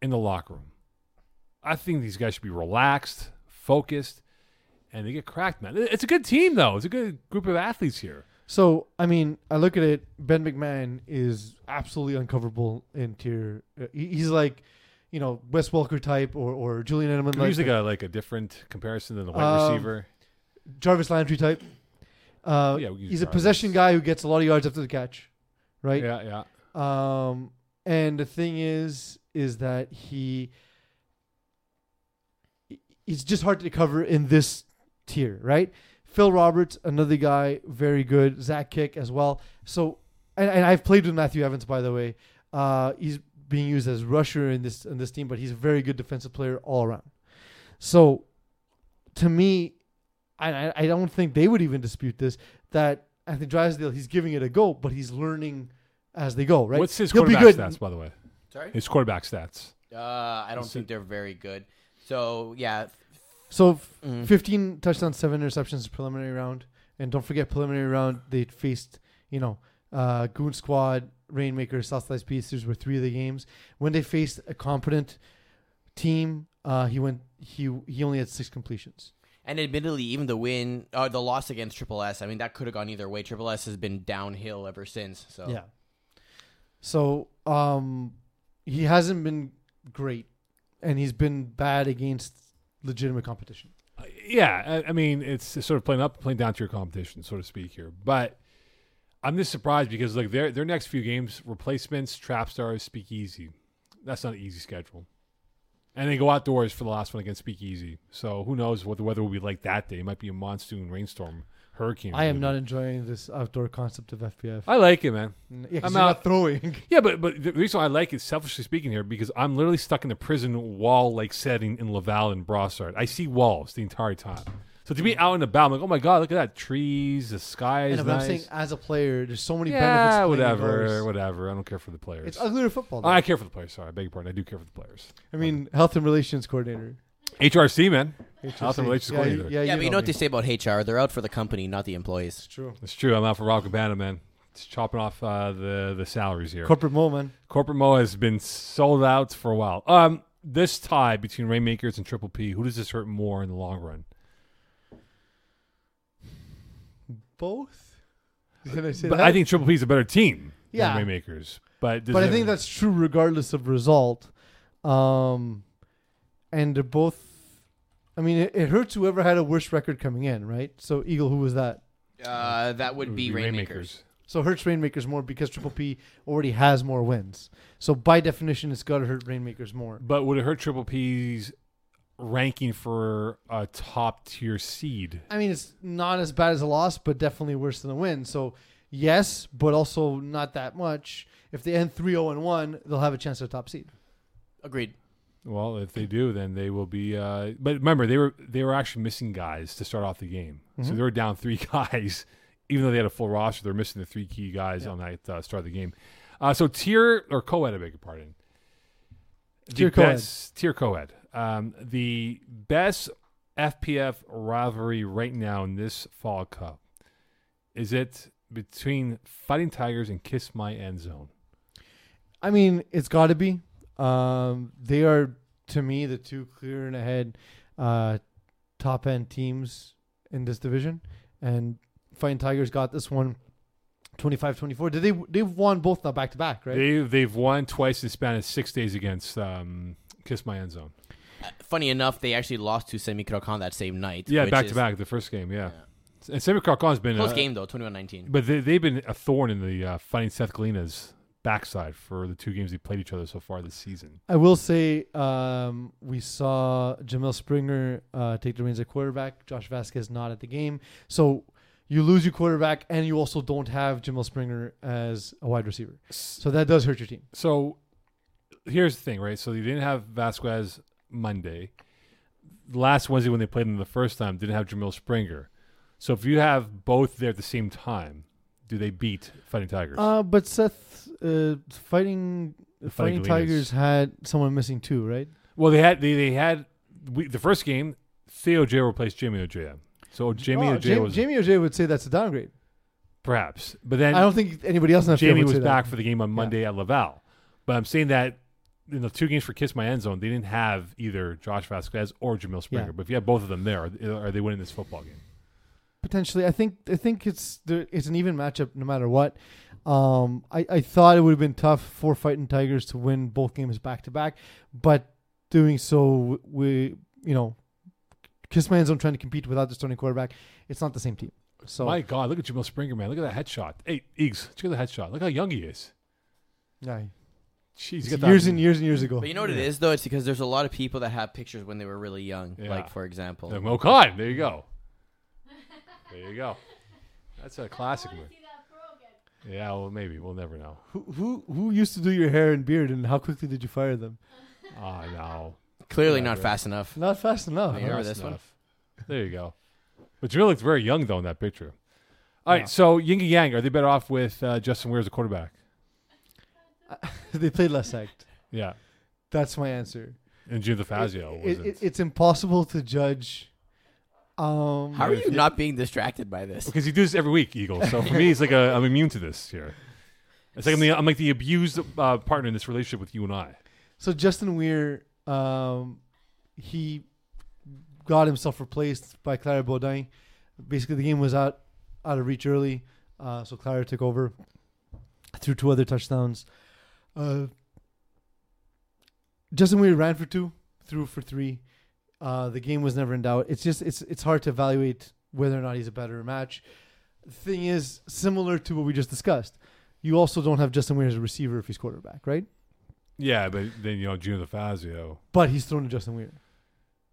Speaker 1: in the locker room. I think these guys should be relaxed, focused, and they get cracked, man. It- It's a good team, though. It's a good group of athletes here.
Speaker 2: so i mean i look at it ben mcmahon is absolutely uncoverable in tier uh, he- he's like you know wes welker type or or julian edelman
Speaker 1: Like,
Speaker 2: like
Speaker 1: usually got like a different comparison than the wide
Speaker 2: Um,
Speaker 1: receiver.
Speaker 2: jarvis landry type uh,
Speaker 1: Oh, Yeah, we use
Speaker 2: he's a
Speaker 1: Jarvis.
Speaker 2: possession guy who gets a lot of yards after the catch right
Speaker 1: Yeah, yeah.
Speaker 2: Um, and the thing is, is that he, it's just hard to cover in this tier, right? Phil Roberts, another guy, very good. Zach Kick as well. So, and, and I've played with Matthew Evans, by the way. Uh, he's being used as rusher in this in this team, but he's a very good defensive player all around. So, to me, I I- I don't think they would even dispute this that Anthony Drysdale he's giving it a go, but he's learning as they go, right?
Speaker 1: What's his
Speaker 2: He'll be
Speaker 1: quarterback
Speaker 2: good.
Speaker 1: stats, by the way?
Speaker 3: Sorry?
Speaker 1: His quarterback stats.
Speaker 3: Uh, I don't
Speaker 1: Let's
Speaker 3: think they're very good. So, yeah.
Speaker 2: So, f-
Speaker 3: Mm.
Speaker 2: 15 touchdowns, seven interceptions preliminary round, and don't forget preliminary round they faced you know uh, Goon Squad, Rainmaker, Southside Speeds. These were three of the games when they faced a competent team. Uh, he went he he only had six completions.
Speaker 3: And admittedly, even the win, uh, the loss against Triple S, I mean, that could have gone either way. Triple S has been downhill ever since.
Speaker 1: Oh.
Speaker 3: So,
Speaker 2: Yeah. So um, he hasn't been great, and he's been bad against legitimate competition.
Speaker 1: Uh, yeah, I, I mean, it's sort of playing up, playing down to your competition, so to speak here. But I'm just surprised because like their their next few games, replacements, trap stars, speakeasy. That's not an easy schedule. And they go outdoors for the last one against Speakeasy. So who knows what the weather will be like that day. It might be a monsoon, rainstorm, hurricane.
Speaker 2: I am not enjoying this outdoor concept of FPF.
Speaker 1: I like it, man.
Speaker 2: yeah, 'cause
Speaker 1: I'm
Speaker 2: you're
Speaker 1: out.
Speaker 2: not throwing.
Speaker 1: Yeah, but but the reason I like it, selfishly speaking, here because I'm literally stuck in a prison wall like setting in Laval and Brossard. I see walls the entire time. So to be out and about, I'm like, oh my god, look at that trees, the sky is
Speaker 2: Hmm. And if
Speaker 1: nice.
Speaker 2: I'm saying as a player, there's so many benefits.
Speaker 1: yeah,
Speaker 2: playing
Speaker 1: whatever,
Speaker 2: indoors.
Speaker 1: whatever. I don't care for the players. Oh,
Speaker 2: It's uglier football. Though.
Speaker 1: I
Speaker 2: I,
Speaker 1: care for the players. Sorry, I beg your pardon. I do care for the players.
Speaker 2: mean, health and relations coordinator.
Speaker 1: HRC man, health
Speaker 2: HRC.
Speaker 1: and relations
Speaker 2: yeah,
Speaker 1: coordinator.
Speaker 2: Yeah,
Speaker 3: Yeah, but you know what
Speaker 2: me.
Speaker 3: they say about HR? They're out for the company, not the employees.
Speaker 2: It's true.
Speaker 1: It's true. I'm out for Rob Cabana, man. It's chopping off uh, the the salaries here.
Speaker 2: Corporate mole, man.
Speaker 1: Corporate Mo has been sold out for a while. Um, this tie between Rainmakers and Triple P, who does this hurt more in the long run?
Speaker 2: Both. Did I say
Speaker 1: But
Speaker 2: that?
Speaker 1: I think Triple P is a better team
Speaker 2: Yeah.
Speaker 1: than Rainmakers. But, does
Speaker 2: but I
Speaker 1: it-
Speaker 2: think that's true regardless of result. Um, and they're both. I mean, it, it hurts whoever had a worse record coming in, right? So Eagle, who was that?
Speaker 3: Uh, that
Speaker 1: it
Speaker 3: would be Rainmakers.
Speaker 2: So it hurts Rainmakers more because Triple P already has more wins. So by definition, it's got to hurt Rainmakers more.
Speaker 1: But would it hurt Triple P's ranking for a top tier seed?
Speaker 2: I mean, it's not as bad as a loss, but definitely worse than a win. So yes, but also not that much. If they end 3-0 and one, they'll have a chance at a top seed.
Speaker 3: Agreed.
Speaker 1: Well, if they do, then they will be. Uh, but remember, they were they were actually missing guys to start off the game,
Speaker 2: Mm-hmm.
Speaker 1: so they were down three guys. Even though they had a full roster, they're missing the three key guys on that uh, start of the game. Uh, so tier or co-ed, I beg your pardon. The
Speaker 2: Tier co-ed.
Speaker 1: best- Tier co-ed. Um, the best FPF rivalry right now in this fall cup is it between Fighting Tigers and Kiss My End Zone.
Speaker 2: I mean, it's got to be. Um, they are to me the two clear and ahead uh, top end teams in this division, and Fighting Tigers got this one 25-24. Did they they've won both now back to back, right?
Speaker 1: They they've won twice in the span of six days against um, Kiss My End Zone.
Speaker 3: Funny enough, they actually lost to Semi Krakan that same night.
Speaker 1: Yeah,
Speaker 3: which
Speaker 1: back to
Speaker 3: is-
Speaker 1: back the first game. Yeah, and Sammy Carcon's been
Speaker 3: Close
Speaker 1: uh,
Speaker 3: game though,
Speaker 2: Oh,
Speaker 3: 21-19.
Speaker 1: but they, they've been a thorn in the uh, fighting Seth Galina's backside for the two games they played each other so far this season.
Speaker 2: I will say um, we saw Jamel Springer uh, take the reins at quarterback. Josh Vasquez not at the game, so you lose your quarterback, and you also don't have Jamel Springer as a wide receiver. So that does hurt your team.
Speaker 1: So here's the thing, right? So they didn't have Vasquez Monday. Last Wednesday when they played them the first time, didn't have Jamil Springer. So if you have both there at the same time, do they beat Fighting Tigers?
Speaker 2: Uh, but Seth, uh, fighting fighting
Speaker 1: Galenas.
Speaker 2: Tigers had someone missing too, right?
Speaker 1: well, they had they, they had we, the first game. Theo J replaced Jamie Ojea. So Jamie
Speaker 2: Oh,
Speaker 1: Ojea
Speaker 2: Jam-
Speaker 1: was
Speaker 2: Jamie Ojea would say that's a downgrade.
Speaker 1: perhaps, but then
Speaker 2: I don't think anybody else in that field
Speaker 1: Jamie
Speaker 2: would
Speaker 1: was
Speaker 2: say that.
Speaker 1: back for the game on Monday at Laval. But I'm saying that in the two games for Kiss My End Zone, they didn't have either Josh Vasquez or Jamil Springer.
Speaker 2: Yeah.
Speaker 1: But if you have both of them there, are are they winning this football game?
Speaker 2: potentially. I think I think it's there, it's an even matchup no matter what. Um, I, I thought it would have been tough for fighting Tigers to win both games back to back, but doing so we you know, Kiss My Hands on trying to compete without the starting quarterback. It's not the same team. So
Speaker 1: My God, look at Jamil Springer, man. Look at that headshot. Hey, Eags, check out the headshot. Look how young he is.
Speaker 2: yeah,
Speaker 1: Jeez, he's
Speaker 2: it's
Speaker 1: got that-
Speaker 2: years and years and years ago.
Speaker 3: But you know what it is though? It's because there's a lot of people that have pictures when they were really young.
Speaker 1: Yeah.
Speaker 3: Like for example,
Speaker 1: Oh, God, there you go. There you go. That's a classic one. Yeah, well, maybe. We'll never know.
Speaker 2: Who, who who used to do your hair and beard, and how quickly did you fire them?
Speaker 1: Oh, no.
Speaker 3: clearly
Speaker 1: Yeah,
Speaker 3: not
Speaker 1: right.
Speaker 3: fast enough.
Speaker 2: Not fast enough.
Speaker 3: Yeah.
Speaker 2: huh?
Speaker 3: Remember
Speaker 1: That's
Speaker 3: this one?
Speaker 1: enough. There you go. But Jamil looked very young though in that picture. All right, so Ying and Yang, are they better off with uh, Justin Ware as a quarterback?
Speaker 2: they played less act.
Speaker 1: Yeah,
Speaker 2: That's my answer.
Speaker 1: and Jim DeFazio
Speaker 2: It-
Speaker 1: was
Speaker 2: it- it's impossible to judge. Um,
Speaker 3: How are you not being distracted by this?
Speaker 1: because he does this every week, Eagles. So for me, it's like i I'm immune to this here. It's like I'm, the, I'm like the abused uh, partner in this relationship with you and I.
Speaker 2: So Justin Weir, um, he got himself replaced by Clara Baudin. Basically, the game was out out of reach early, uh, so Clara took over, threw two other touchdowns. Uh, Justin Weir ran for two, threw for three. Uh, the game was never in doubt. It's just it's it's hard to evaluate whether or not he's a better match. The thing is, similar to what we just discussed, you also don't have Justin Weir as a receiver if he's quarterback, right?
Speaker 1: Yeah, but then you know Jim DeFazio,
Speaker 2: But he's thrown to Justin Weir.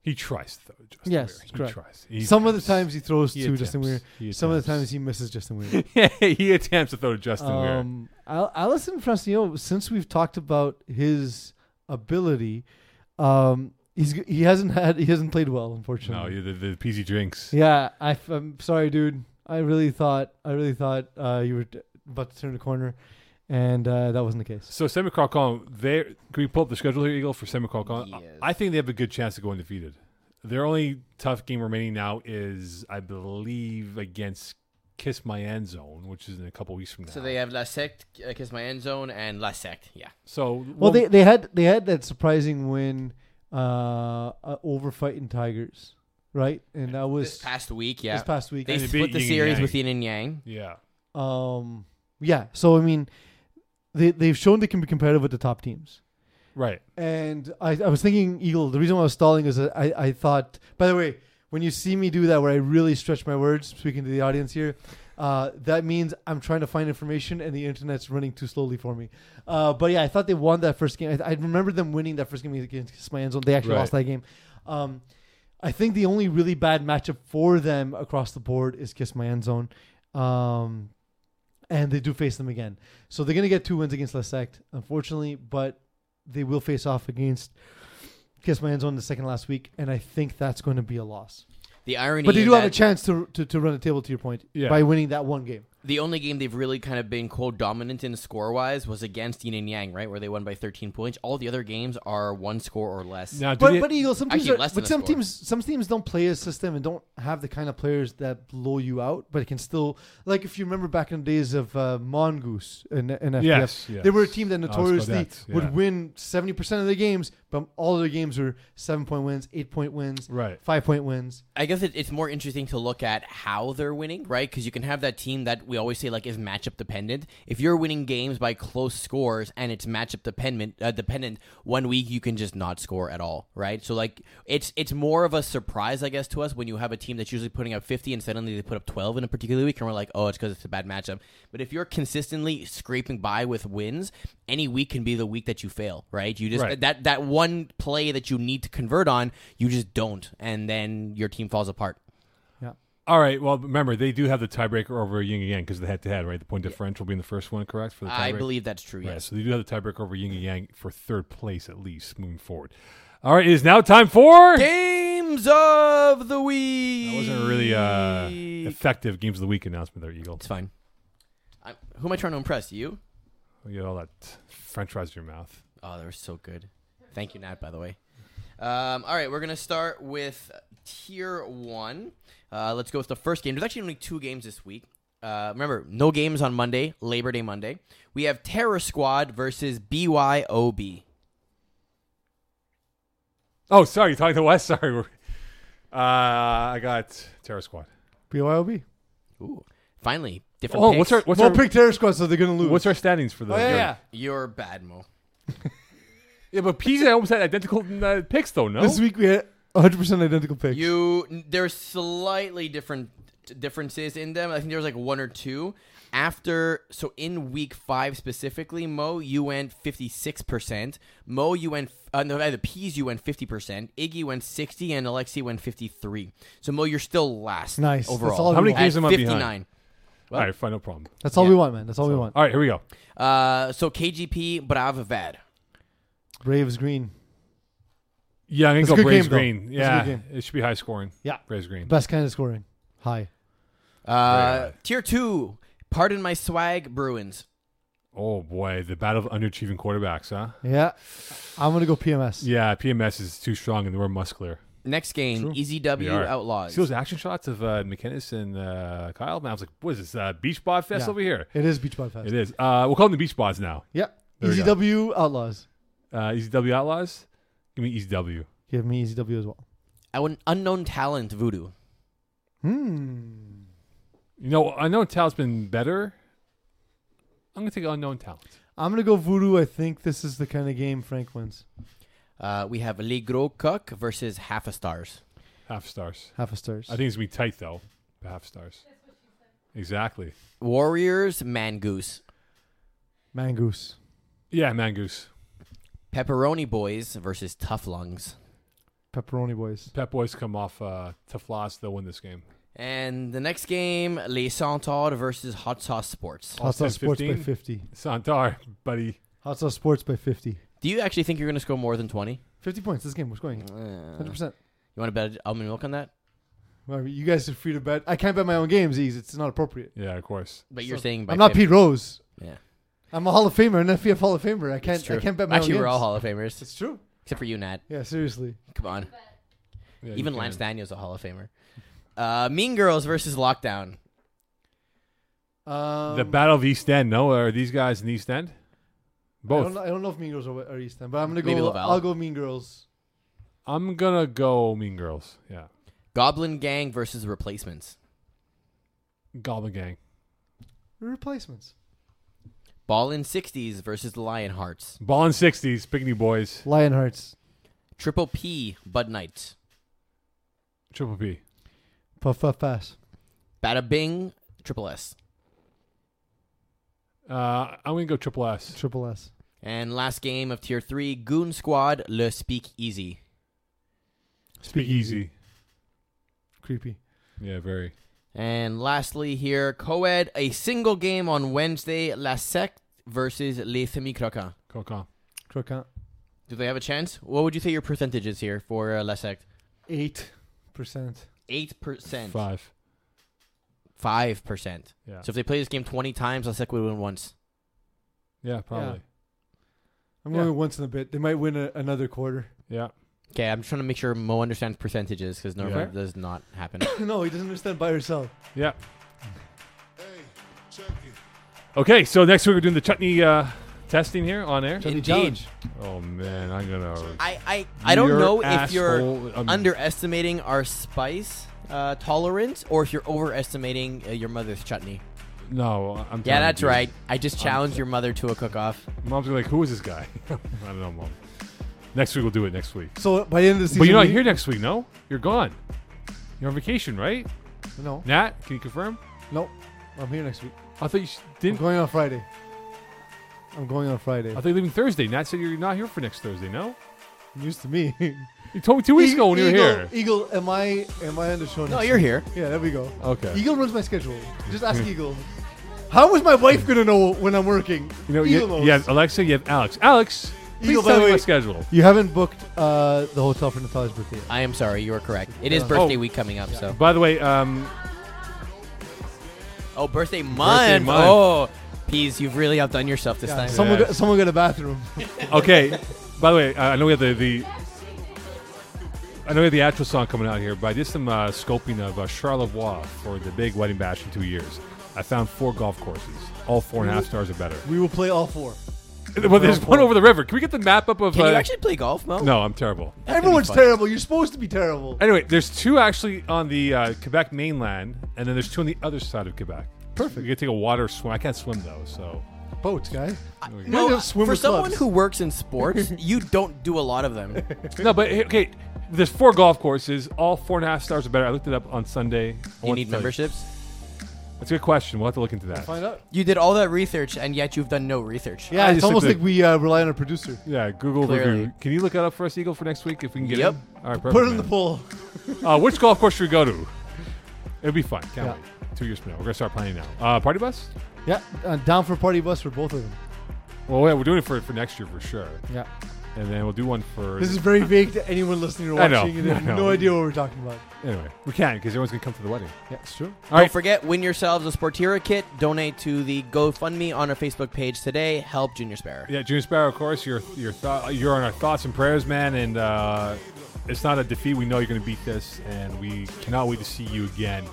Speaker 1: he tries though. Justin
Speaker 2: Yes,
Speaker 1: Ware.
Speaker 2: correct.
Speaker 1: he tries. He
Speaker 2: some of the
Speaker 1: attempts.
Speaker 2: times he throws
Speaker 1: He
Speaker 2: to Justin Weir.
Speaker 1: attempts. He
Speaker 2: Some of the times
Speaker 1: attempts.
Speaker 2: he misses Justin Weir.
Speaker 1: he attempts to throw to Justin Ware.
Speaker 2: um, Al- Allison Francino, since we've talked about his ability, um, he's g- he hasn't had he hasn't played well,
Speaker 1: No,
Speaker 2: unfortunately.
Speaker 1: you- the, the PZ drinks.
Speaker 2: yeah, I, am sorry, dude. I really thought I really thought uh, you were d- about to turn the corner, and uh, that wasn't the case.
Speaker 1: So Semi Carcon, they can we pull up the schedule here, Eagle, for Semi Carcon?
Speaker 3: Yes.
Speaker 1: I think they have a good chance to go undefeated. Their only tough game remaining now is, I believe, against Kiss My End Zone, which is in a couple weeks from now.
Speaker 3: So they have La Sect, uh, Kiss My End Zone, and La Sect. Yeah.
Speaker 1: So
Speaker 2: Well, they they had they had that surprising win uh, uh, over fighting Tigers, right? And that was
Speaker 3: This past week, yeah.
Speaker 2: this past week.
Speaker 3: they
Speaker 1: And they beat
Speaker 3: split the
Speaker 1: Yin and
Speaker 3: series
Speaker 1: Yang.
Speaker 3: with Yin and Yang.
Speaker 1: yeah,
Speaker 2: Um, yeah. So I mean, they they've shown they can be competitive with the top teams.
Speaker 1: right.
Speaker 2: And I, I was thinking Eagle. The reason why I was stalling is that I I thought. By the way, when you see me do that, where I really stretch my words, speaking to the audience here. Uh, that means I'm trying to find information and the internet's running too slowly for me. Uh, but yeah, I thought they won that first game. I, I remember them winning that first game against my end zone. They actually
Speaker 1: Right.
Speaker 2: lost that game. Um, I think the only really bad matchup for them across the board is Kiss My End Zone. Um, and they do face them again. So they're going to get two wins against Lesect, unfortunately, but they will face off against Kiss My End Zone the second last week. And I think that's going to be a loss.
Speaker 3: The irony.
Speaker 2: But they
Speaker 3: in
Speaker 2: do have a
Speaker 3: that-
Speaker 2: chance to, to, to run the table, to your point,
Speaker 1: Yeah.
Speaker 2: by winning that one game.
Speaker 3: The only game they've really kind of been quote dominant in score wise was against Yin and Yang, right, where they won by 13 points. All the other games are one score or less.
Speaker 1: Now, do
Speaker 2: But,
Speaker 1: they-
Speaker 2: but you know, some teams
Speaker 3: Actually,
Speaker 2: are-
Speaker 3: less than
Speaker 2: but
Speaker 3: a
Speaker 2: some
Speaker 3: score.
Speaker 2: teams some teams don't play a system and don't have the kind of players that blow you out, but can still like if you remember back in the days of uh, Mongoose in, in FPF,
Speaker 1: Yes,
Speaker 2: they were a
Speaker 1: yes.
Speaker 2: team that
Speaker 1: I was
Speaker 2: notoriously
Speaker 1: called that, yeah.
Speaker 2: would win seventy percent of their games, but all their games were seven point wins, eight point wins,
Speaker 1: Right.
Speaker 2: five point wins.
Speaker 3: I guess it, it's more interesting to look at how they're winning, right? Because you can have that team that we always say like is matchup dependent. If you're winning games by close scores and it's matchup dependent, uh, dependent, one week you can just not score at all, right? So like it's it's more of a surprise, I guess, to us when you have a team that's usually putting up 50 and suddenly they put up 12 in a particular week, and we're like, oh, it's because it's a bad matchup. But if you're consistently scraping by with wins, any week can be the week that you fail, right? You just
Speaker 1: Right.
Speaker 3: that that one play that you need to convert on, you just don't, and then your team falls apart.
Speaker 1: All right. Well, remember they do have the tiebreaker over Ying Yang because the head-to-head, right? The point differential being the first one, correct? For the
Speaker 3: I
Speaker 1: tiebreaker?
Speaker 3: believe that's true.
Speaker 1: Yeah,
Speaker 3: Yes.
Speaker 1: so they do have the tiebreaker over Ying and Yang for third place at least moving forward. All right, it is now time for.
Speaker 3: Games of the week.
Speaker 1: That wasn't really uh, effective games of the week announcement there, Eagle.
Speaker 3: It's fine. i who am I trying to impress? You?
Speaker 1: You get all that French fries in your mouth.
Speaker 3: Oh, they were so good. Thank you, Nat. By the way. Um, all right, we're gonna start with tier one. Uh, let's go with the first game. There's actually only two games this week. Uh, remember, no games on Monday, Labor Day Monday. We have Terror Squad versus BYOB.
Speaker 1: Oh, sorry, you're talking to Wes. Sorry, we're- uh, I got Terror Squad.
Speaker 2: BYOB.
Speaker 3: Ooh, finally, different.
Speaker 1: Oh,
Speaker 3: picks.
Speaker 1: what's our what's
Speaker 2: Well,
Speaker 1: our
Speaker 2: pick Terror Squad, so they're gonna lose.
Speaker 1: what's our standings for the?
Speaker 2: oh, yeah,
Speaker 1: your-
Speaker 2: yeah.
Speaker 3: You're bad, Mo.
Speaker 1: yeah, but P's and I almost had identical uh, picks though. No,
Speaker 2: This week we had 100 percent identical picks.
Speaker 3: You there's slightly different differences in them. I think there was like one or two. After so in week five specifically, Mo you went fifty six percent. Mo you went uh, no the P's you went fifty percent. Iggy went sixty and Alexi went fifty three. So Mo you're still last.
Speaker 2: Nice. That's
Speaker 3: overall.
Speaker 2: all How many we want.
Speaker 1: games
Speaker 3: At
Speaker 1: am I behind?
Speaker 3: 59.
Speaker 1: all right, fine, no problem.
Speaker 2: That's all
Speaker 3: Yeah.
Speaker 2: we want, man. That's all we want.
Speaker 1: All right, here we go.
Speaker 3: Uh, so KGP Brava Vad.
Speaker 2: Braves green,
Speaker 1: Yeah, I'm
Speaker 2: It's a
Speaker 1: gonna
Speaker 2: good
Speaker 1: go Braves
Speaker 2: game,
Speaker 1: Green.
Speaker 2: though. It's a
Speaker 1: Yeah,
Speaker 2: good
Speaker 1: it should be high scoring.
Speaker 2: Yeah.
Speaker 1: Braves Green.
Speaker 2: best kind of scoring. High.
Speaker 3: Uh,
Speaker 1: Right.
Speaker 3: tier two. Pardon my swag, Bruins.
Speaker 1: Oh boy, the battle of underachieving quarterbacks, huh?
Speaker 2: Yeah, I'm gonna go PMS.
Speaker 1: Yeah, PMS is too strong and we're muscular.
Speaker 3: Next game,
Speaker 1: True.
Speaker 3: Easy
Speaker 1: We
Speaker 3: W
Speaker 1: are.
Speaker 3: Outlaws.
Speaker 1: See those action shots of uh, McKinnis and uh, Kyle? Man, I was like, what is this? Uh, beach bod fest
Speaker 2: Yeah.
Speaker 1: over here?
Speaker 2: It is Beach Bod Fest.
Speaker 1: It is. Uh, we'll call them the beach bods now.
Speaker 2: Yep.
Speaker 1: There we
Speaker 2: Easy
Speaker 1: go.
Speaker 2: W Outlaws.
Speaker 1: Uh, Easy W Outlaws? Give me Easy W.
Speaker 2: Give me Easy W as well.
Speaker 3: An unknown talent, Voodoo.
Speaker 2: Hmm.
Speaker 1: You know, Unknown Talent's been better. I'm going to take Unknown Talent.
Speaker 2: I'm gonna go Voodoo. I think this is the kind of game Frank wins.
Speaker 3: Uh, we have Lee Grokuk versus Half a Stars.
Speaker 1: Half stars.
Speaker 2: Half a stars.
Speaker 1: I think it's going to be tight, though. but Half stars. Exactly.
Speaker 3: Warriors Mangoose.
Speaker 2: Mangoose.
Speaker 1: Yeah, Mangoose.
Speaker 3: Pepperoni Boys versus Tough Lungs.
Speaker 2: Pepperoni boys.
Speaker 1: Pep Boys come off uh, tough loss. They'll win this game.
Speaker 3: And the next game, Les Centaures versus Hot Sauce Sports.
Speaker 2: Hot sauce
Speaker 1: 10,
Speaker 2: sports by
Speaker 1: 15?
Speaker 2: fifty.
Speaker 1: Santar, buddy.
Speaker 2: Hot sauce sports by fifty.
Speaker 3: Do you actually think you're going to score more than 20?
Speaker 2: Fifty points. This game was going.
Speaker 3: Uh,
Speaker 2: Hundred
Speaker 3: you
Speaker 2: percent.
Speaker 3: want to bet almond milk on that?
Speaker 2: You guys are free to bet. I can't bet my own games. Ease. It's not appropriate.
Speaker 1: Yeah, of course.
Speaker 3: But you're
Speaker 2: So-
Speaker 3: saying by
Speaker 2: I'm not
Speaker 3: 50.
Speaker 2: Pete Rose.
Speaker 3: Yeah.
Speaker 2: I'm a Hall of Famer, an FBF Hall of Famer. I
Speaker 3: It's
Speaker 2: can't. I
Speaker 3: true.
Speaker 2: can't bet my
Speaker 3: Actually,
Speaker 2: own
Speaker 3: we're
Speaker 2: games.
Speaker 3: all Hall of Famers,
Speaker 2: It's true.
Speaker 3: except for you, Nat.
Speaker 2: Yeah, seriously.
Speaker 3: Come on.
Speaker 1: Yeah, you
Speaker 3: Even
Speaker 1: can.
Speaker 3: Lance Daniel's a Hall of Famer. Uh, mean Girls versus Lockdown.
Speaker 2: Um,
Speaker 1: the Battle of East End. No, are these guys in East End?
Speaker 2: I don't,
Speaker 1: Both.
Speaker 2: know, I don't know if Mean Girls are, are East End, but I'm gonna
Speaker 3: Maybe
Speaker 2: go.
Speaker 3: Laval.
Speaker 2: I'll go Mean Girls.
Speaker 1: I'm gonna go Mean Girls. Yeah,
Speaker 3: Goblin Gang versus Replacements.
Speaker 1: Goblin Gang.
Speaker 2: Replacements.
Speaker 3: Ball in 60s versus Lion Hearts.
Speaker 1: Ball in sixties. Pickney Boys.
Speaker 2: Lion Hearts.
Speaker 3: Triple P, Bud Knight.
Speaker 1: Triple P.
Speaker 2: Puff puff pass.
Speaker 3: Bada Bing, Triple S.
Speaker 1: Uh, I'm gonna go Triple S.
Speaker 2: Triple S.
Speaker 3: And last game of Tier 3, Goon Squad, Le Speak Easy.
Speaker 1: Speak easy.
Speaker 2: Creepy.
Speaker 1: Yeah, very.
Speaker 3: And lastly here, Coed, a single game on Wednesday, La Secte versus Les Semi Croquants.
Speaker 1: Coca.
Speaker 2: Croquant.
Speaker 3: Do they have a chance? What would you say your percentage is here for uh, La Secte?
Speaker 2: Eight percent.
Speaker 3: 8%.
Speaker 1: Five.
Speaker 3: Five percent.
Speaker 1: Yeah.
Speaker 3: So if they play this game twenty times, Lasek would win once.
Speaker 1: Yeah, probably.
Speaker 2: I'm
Speaker 1: Yeah.
Speaker 2: going once in a bit. They might win a, another quarter.
Speaker 1: Yeah.
Speaker 3: Okay, I'm just trying to make sure Mo understands percentages because normally
Speaker 1: Yeah.
Speaker 3: it does not happen.
Speaker 2: no, he doesn't understand by herself.
Speaker 1: Yeah. Okay, so next week we're doing the chutney uh, testing here on air.
Speaker 2: Chutney
Speaker 3: Indeed.
Speaker 2: challenge.
Speaker 1: Oh man, I'm gonna.
Speaker 3: I I, I don't
Speaker 1: Your
Speaker 3: know if you're
Speaker 1: asshole- I'm-
Speaker 3: underestimating our spice uh, tolerance or if you're overestimating uh, your mother's chutney.
Speaker 1: No, I'm. telling
Speaker 3: Yeah, that's
Speaker 1: you.
Speaker 3: right. I just challenged your mother to a cook-off.
Speaker 1: Mom's gonna be like, "Who is this guy?" I don't know, mom. Next week we'll do it next week.
Speaker 2: So by the end of the season,
Speaker 1: But you're not
Speaker 2: we-
Speaker 1: here next week, no? You're gone. You're on vacation, right?
Speaker 2: No,
Speaker 1: Nat, can you confirm?
Speaker 2: no, I'm here next week.
Speaker 1: I thought you sh-
Speaker 2: I'm
Speaker 1: didn't.
Speaker 2: going on Friday. I'm going on Friday.
Speaker 1: I thought you were leaving Thursday. Nat said you're not here for next Thursday. No,
Speaker 2: News to me.
Speaker 1: you told me two weeks ago when you were
Speaker 2: E- Eagle,
Speaker 1: here.
Speaker 2: Eagle, am I am I on the show?
Speaker 3: No,
Speaker 2: next
Speaker 3: you're
Speaker 2: week?
Speaker 3: here.
Speaker 2: Yeah, there we go.
Speaker 1: Okay.
Speaker 2: Eagle runs my schedule. Just ask Eagle. How is my wife gonna know when I'm working?
Speaker 1: You know,
Speaker 2: Eagle
Speaker 1: you,
Speaker 2: knows.
Speaker 1: you have Alexa, you have Alex. Alex, please
Speaker 2: Eagle, by
Speaker 1: tell
Speaker 2: the
Speaker 1: me my
Speaker 2: way-
Speaker 1: schedule.
Speaker 2: You haven't booked uh, the hotel for Natalia's birthday. Yet.
Speaker 3: I am sorry, you are correct. It is
Speaker 2: Yeah.
Speaker 3: birthday
Speaker 1: Oh.
Speaker 3: week coming up, so
Speaker 1: By the way, um,
Speaker 3: oh, birthday month.
Speaker 1: month.
Speaker 3: Oh, peas, you've really outdone yourself this
Speaker 2: Yeah,
Speaker 3: time.
Speaker 2: someone,
Speaker 1: Yeah.
Speaker 2: Got, someone got a bathroom.
Speaker 1: okay. By the way, uh, I know we have the, the I know we have the actual song coming out here, but I did some uh, scoping of uh, Charlevoix for the big wedding bash in two years. I found four golf courses. All four and a half stars are better.
Speaker 2: We will play all four.
Speaker 1: Well, there's one over the river. Can we get the map up of?
Speaker 3: Can you
Speaker 1: uh,
Speaker 3: actually play golf, Mo?
Speaker 1: No, I'm terrible.
Speaker 2: Everyone's
Speaker 3: fun.
Speaker 2: terrible. You're supposed to be terrible.
Speaker 1: Anyway, there's two actually on the uh, Quebec mainland, and then there's two on the other side of Quebec.
Speaker 2: Perfect.
Speaker 1: You can take a water swim. I can't swim though, so
Speaker 2: Boats, guy.
Speaker 3: Mo,
Speaker 2: Maybe they'll swim
Speaker 3: for
Speaker 2: with
Speaker 3: someone
Speaker 2: clubs.
Speaker 3: who works in sports, you don't do a lot of them.
Speaker 1: no. But hey, okay, there's four golf courses. All four and a half stars are better. I looked it up on Sunday. I
Speaker 3: You
Speaker 1: want
Speaker 3: need
Speaker 1: to tell
Speaker 3: memberships.
Speaker 1: That's a good question. We'll have to look into that.
Speaker 2: Find out.
Speaker 3: You did all that research, and yet you've done no research.
Speaker 2: Yeah,
Speaker 1: I
Speaker 2: it's
Speaker 1: just
Speaker 2: almost
Speaker 1: looked
Speaker 2: like
Speaker 1: at-
Speaker 2: we uh, rely on our producer.
Speaker 1: Yeah, Google
Speaker 3: Clearly.
Speaker 1: review. Can you look that up for us, Eagle, for next week if we can get
Speaker 3: Yep.
Speaker 1: him? All right, perfect.
Speaker 2: Put it in the
Speaker 1: man.
Speaker 2: poll.
Speaker 1: Uh, which golf course should we go to? It'll be fun. Can't
Speaker 2: Yeah.
Speaker 1: wait. Two years from now, we're gonna start planning now. Uh, party bus?
Speaker 2: Yeah, uh, down for party bus for both of them.
Speaker 1: Well, yeah, we're doing it for, for next year for sure,
Speaker 2: Yeah.
Speaker 1: and then we'll do one for.
Speaker 2: This is very vague to anyone listening or
Speaker 1: I know,
Speaker 2: watching, and they
Speaker 1: I
Speaker 2: have
Speaker 1: know.
Speaker 2: no idea what we're talking about.
Speaker 1: anyway. We can because everyone's gonna come to the wedding.
Speaker 2: Yeah, it's true.
Speaker 1: All
Speaker 3: Don't
Speaker 1: right.
Speaker 3: forget, win yourselves a Sportira kit. Donate to the GoFundMe on our Facebook page today. Help Junior Sparrow.
Speaker 1: yeah, June Sparrow, of course. Your your thought you're on our thoughts and prayers, man. And uh, it's not a defeat. We know you're gonna beat this, and we cannot wait to see you again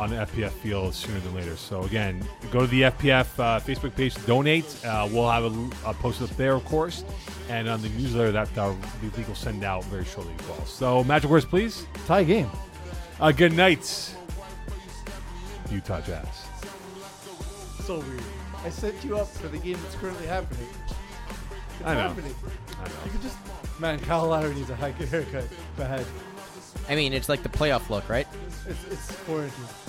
Speaker 1: on the FPF field sooner than later. So again, go to the FPF uh, Facebook page, donate. Uh, we'll have a, a post up there, of course, and on the newsletter that uh, the league will send out very shortly as well. So magic words, please.
Speaker 2: Tie game.
Speaker 1: Uh, good night, Utah Jazz.
Speaker 2: So weird. I set you up for the game that's currently happening. It's
Speaker 1: I know.
Speaker 2: happening.
Speaker 1: I know.
Speaker 2: You could just. Man, Kyle Lowry needs a high haircut. Bad.
Speaker 3: I mean, it's like the playoff look, right?
Speaker 2: It's, it's quarantine.